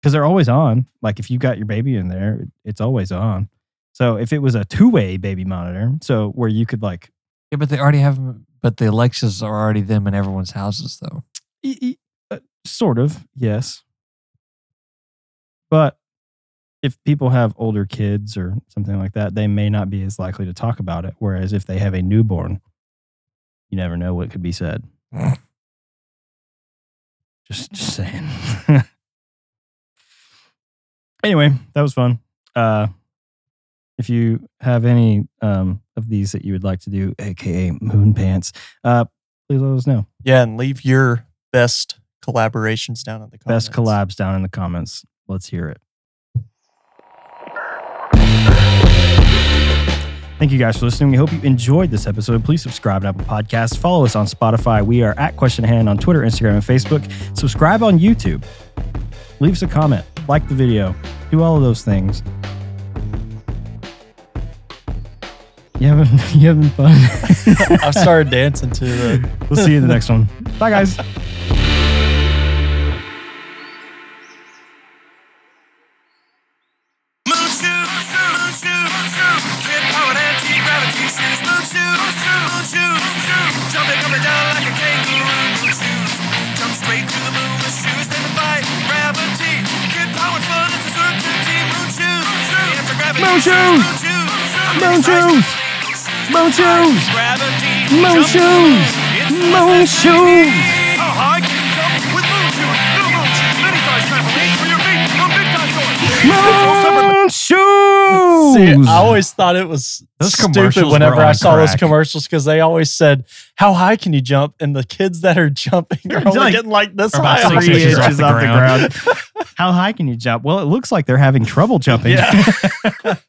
Speaker 2: Because they're always on. Like if you got your baby in there, it- it's always on. So if it was a two way baby monitor, so where you could like
Speaker 3: Yeah, but they already have. 'em- But the Alexas are already them in everyone's houses, though.
Speaker 2: E- e- uh, sort of, yes. But if people have older kids or something like that, they may not be as likely to talk about it. Whereas if they have a newborn, you never know what could be said. just, just saying. <laughs> anyway, that was fun. Uh, if you have any um, of these that you would like to do, aka moon pants, uh, please let us know.
Speaker 1: Yeah, and leave your best collaborations down in the comments.
Speaker 2: Best collabs down in the comments. Let's hear it. Thank you guys for listening. We hope you enjoyed this episode. Please subscribe on Apple Podcasts. Follow us on Spotify. We are at Question Hand on Twitter, Instagram, and Facebook. Subscribe on YouTube. Leave us a comment. Like the video. Do all of those things. You having, <laughs> you having fun?
Speaker 1: I've started dancing to the
Speaker 2: we'll see you in the next one. Bye, guys.
Speaker 5: Moon shoes, moon shoes, moon shoes. Can't power anti-gravity shoes. Moon shoes, moon shoes, moon shoes. Jumping up and down like a kangaroo. Moon shoes. Jump straight to the moon with shoes that defy gravity. Kid power fun is a certainty. Moon shoes, anti-gravity.
Speaker 2: Moon shoes. Moon shoes. Moon shoes.
Speaker 5: Gravity.
Speaker 2: Moon
Speaker 5: Jump to the
Speaker 2: shoes.
Speaker 5: It's
Speaker 2: Moon
Speaker 5: necessity.
Speaker 2: shoes.
Speaker 5: How high can you jump with moon shoes? Little moon shoes. Many size trampoline for your feet. From big time toys.
Speaker 2: Moon shoes.
Speaker 1: See, I always thought it was
Speaker 3: Those
Speaker 1: stupid
Speaker 3: commercials were
Speaker 1: whenever
Speaker 3: on
Speaker 1: I saw those
Speaker 3: crack.
Speaker 1: commercials because they always said, "How high can you jump?" And the kids that are jumping are only
Speaker 2: like-
Speaker 1: getting like this
Speaker 3: are about
Speaker 1: high.
Speaker 3: six
Speaker 1: on
Speaker 3: inches
Speaker 1: each
Speaker 3: off the ground. <laughs>
Speaker 2: ground. How high can you jump? Well, it looks like they're having trouble jumping.
Speaker 1: Yeah.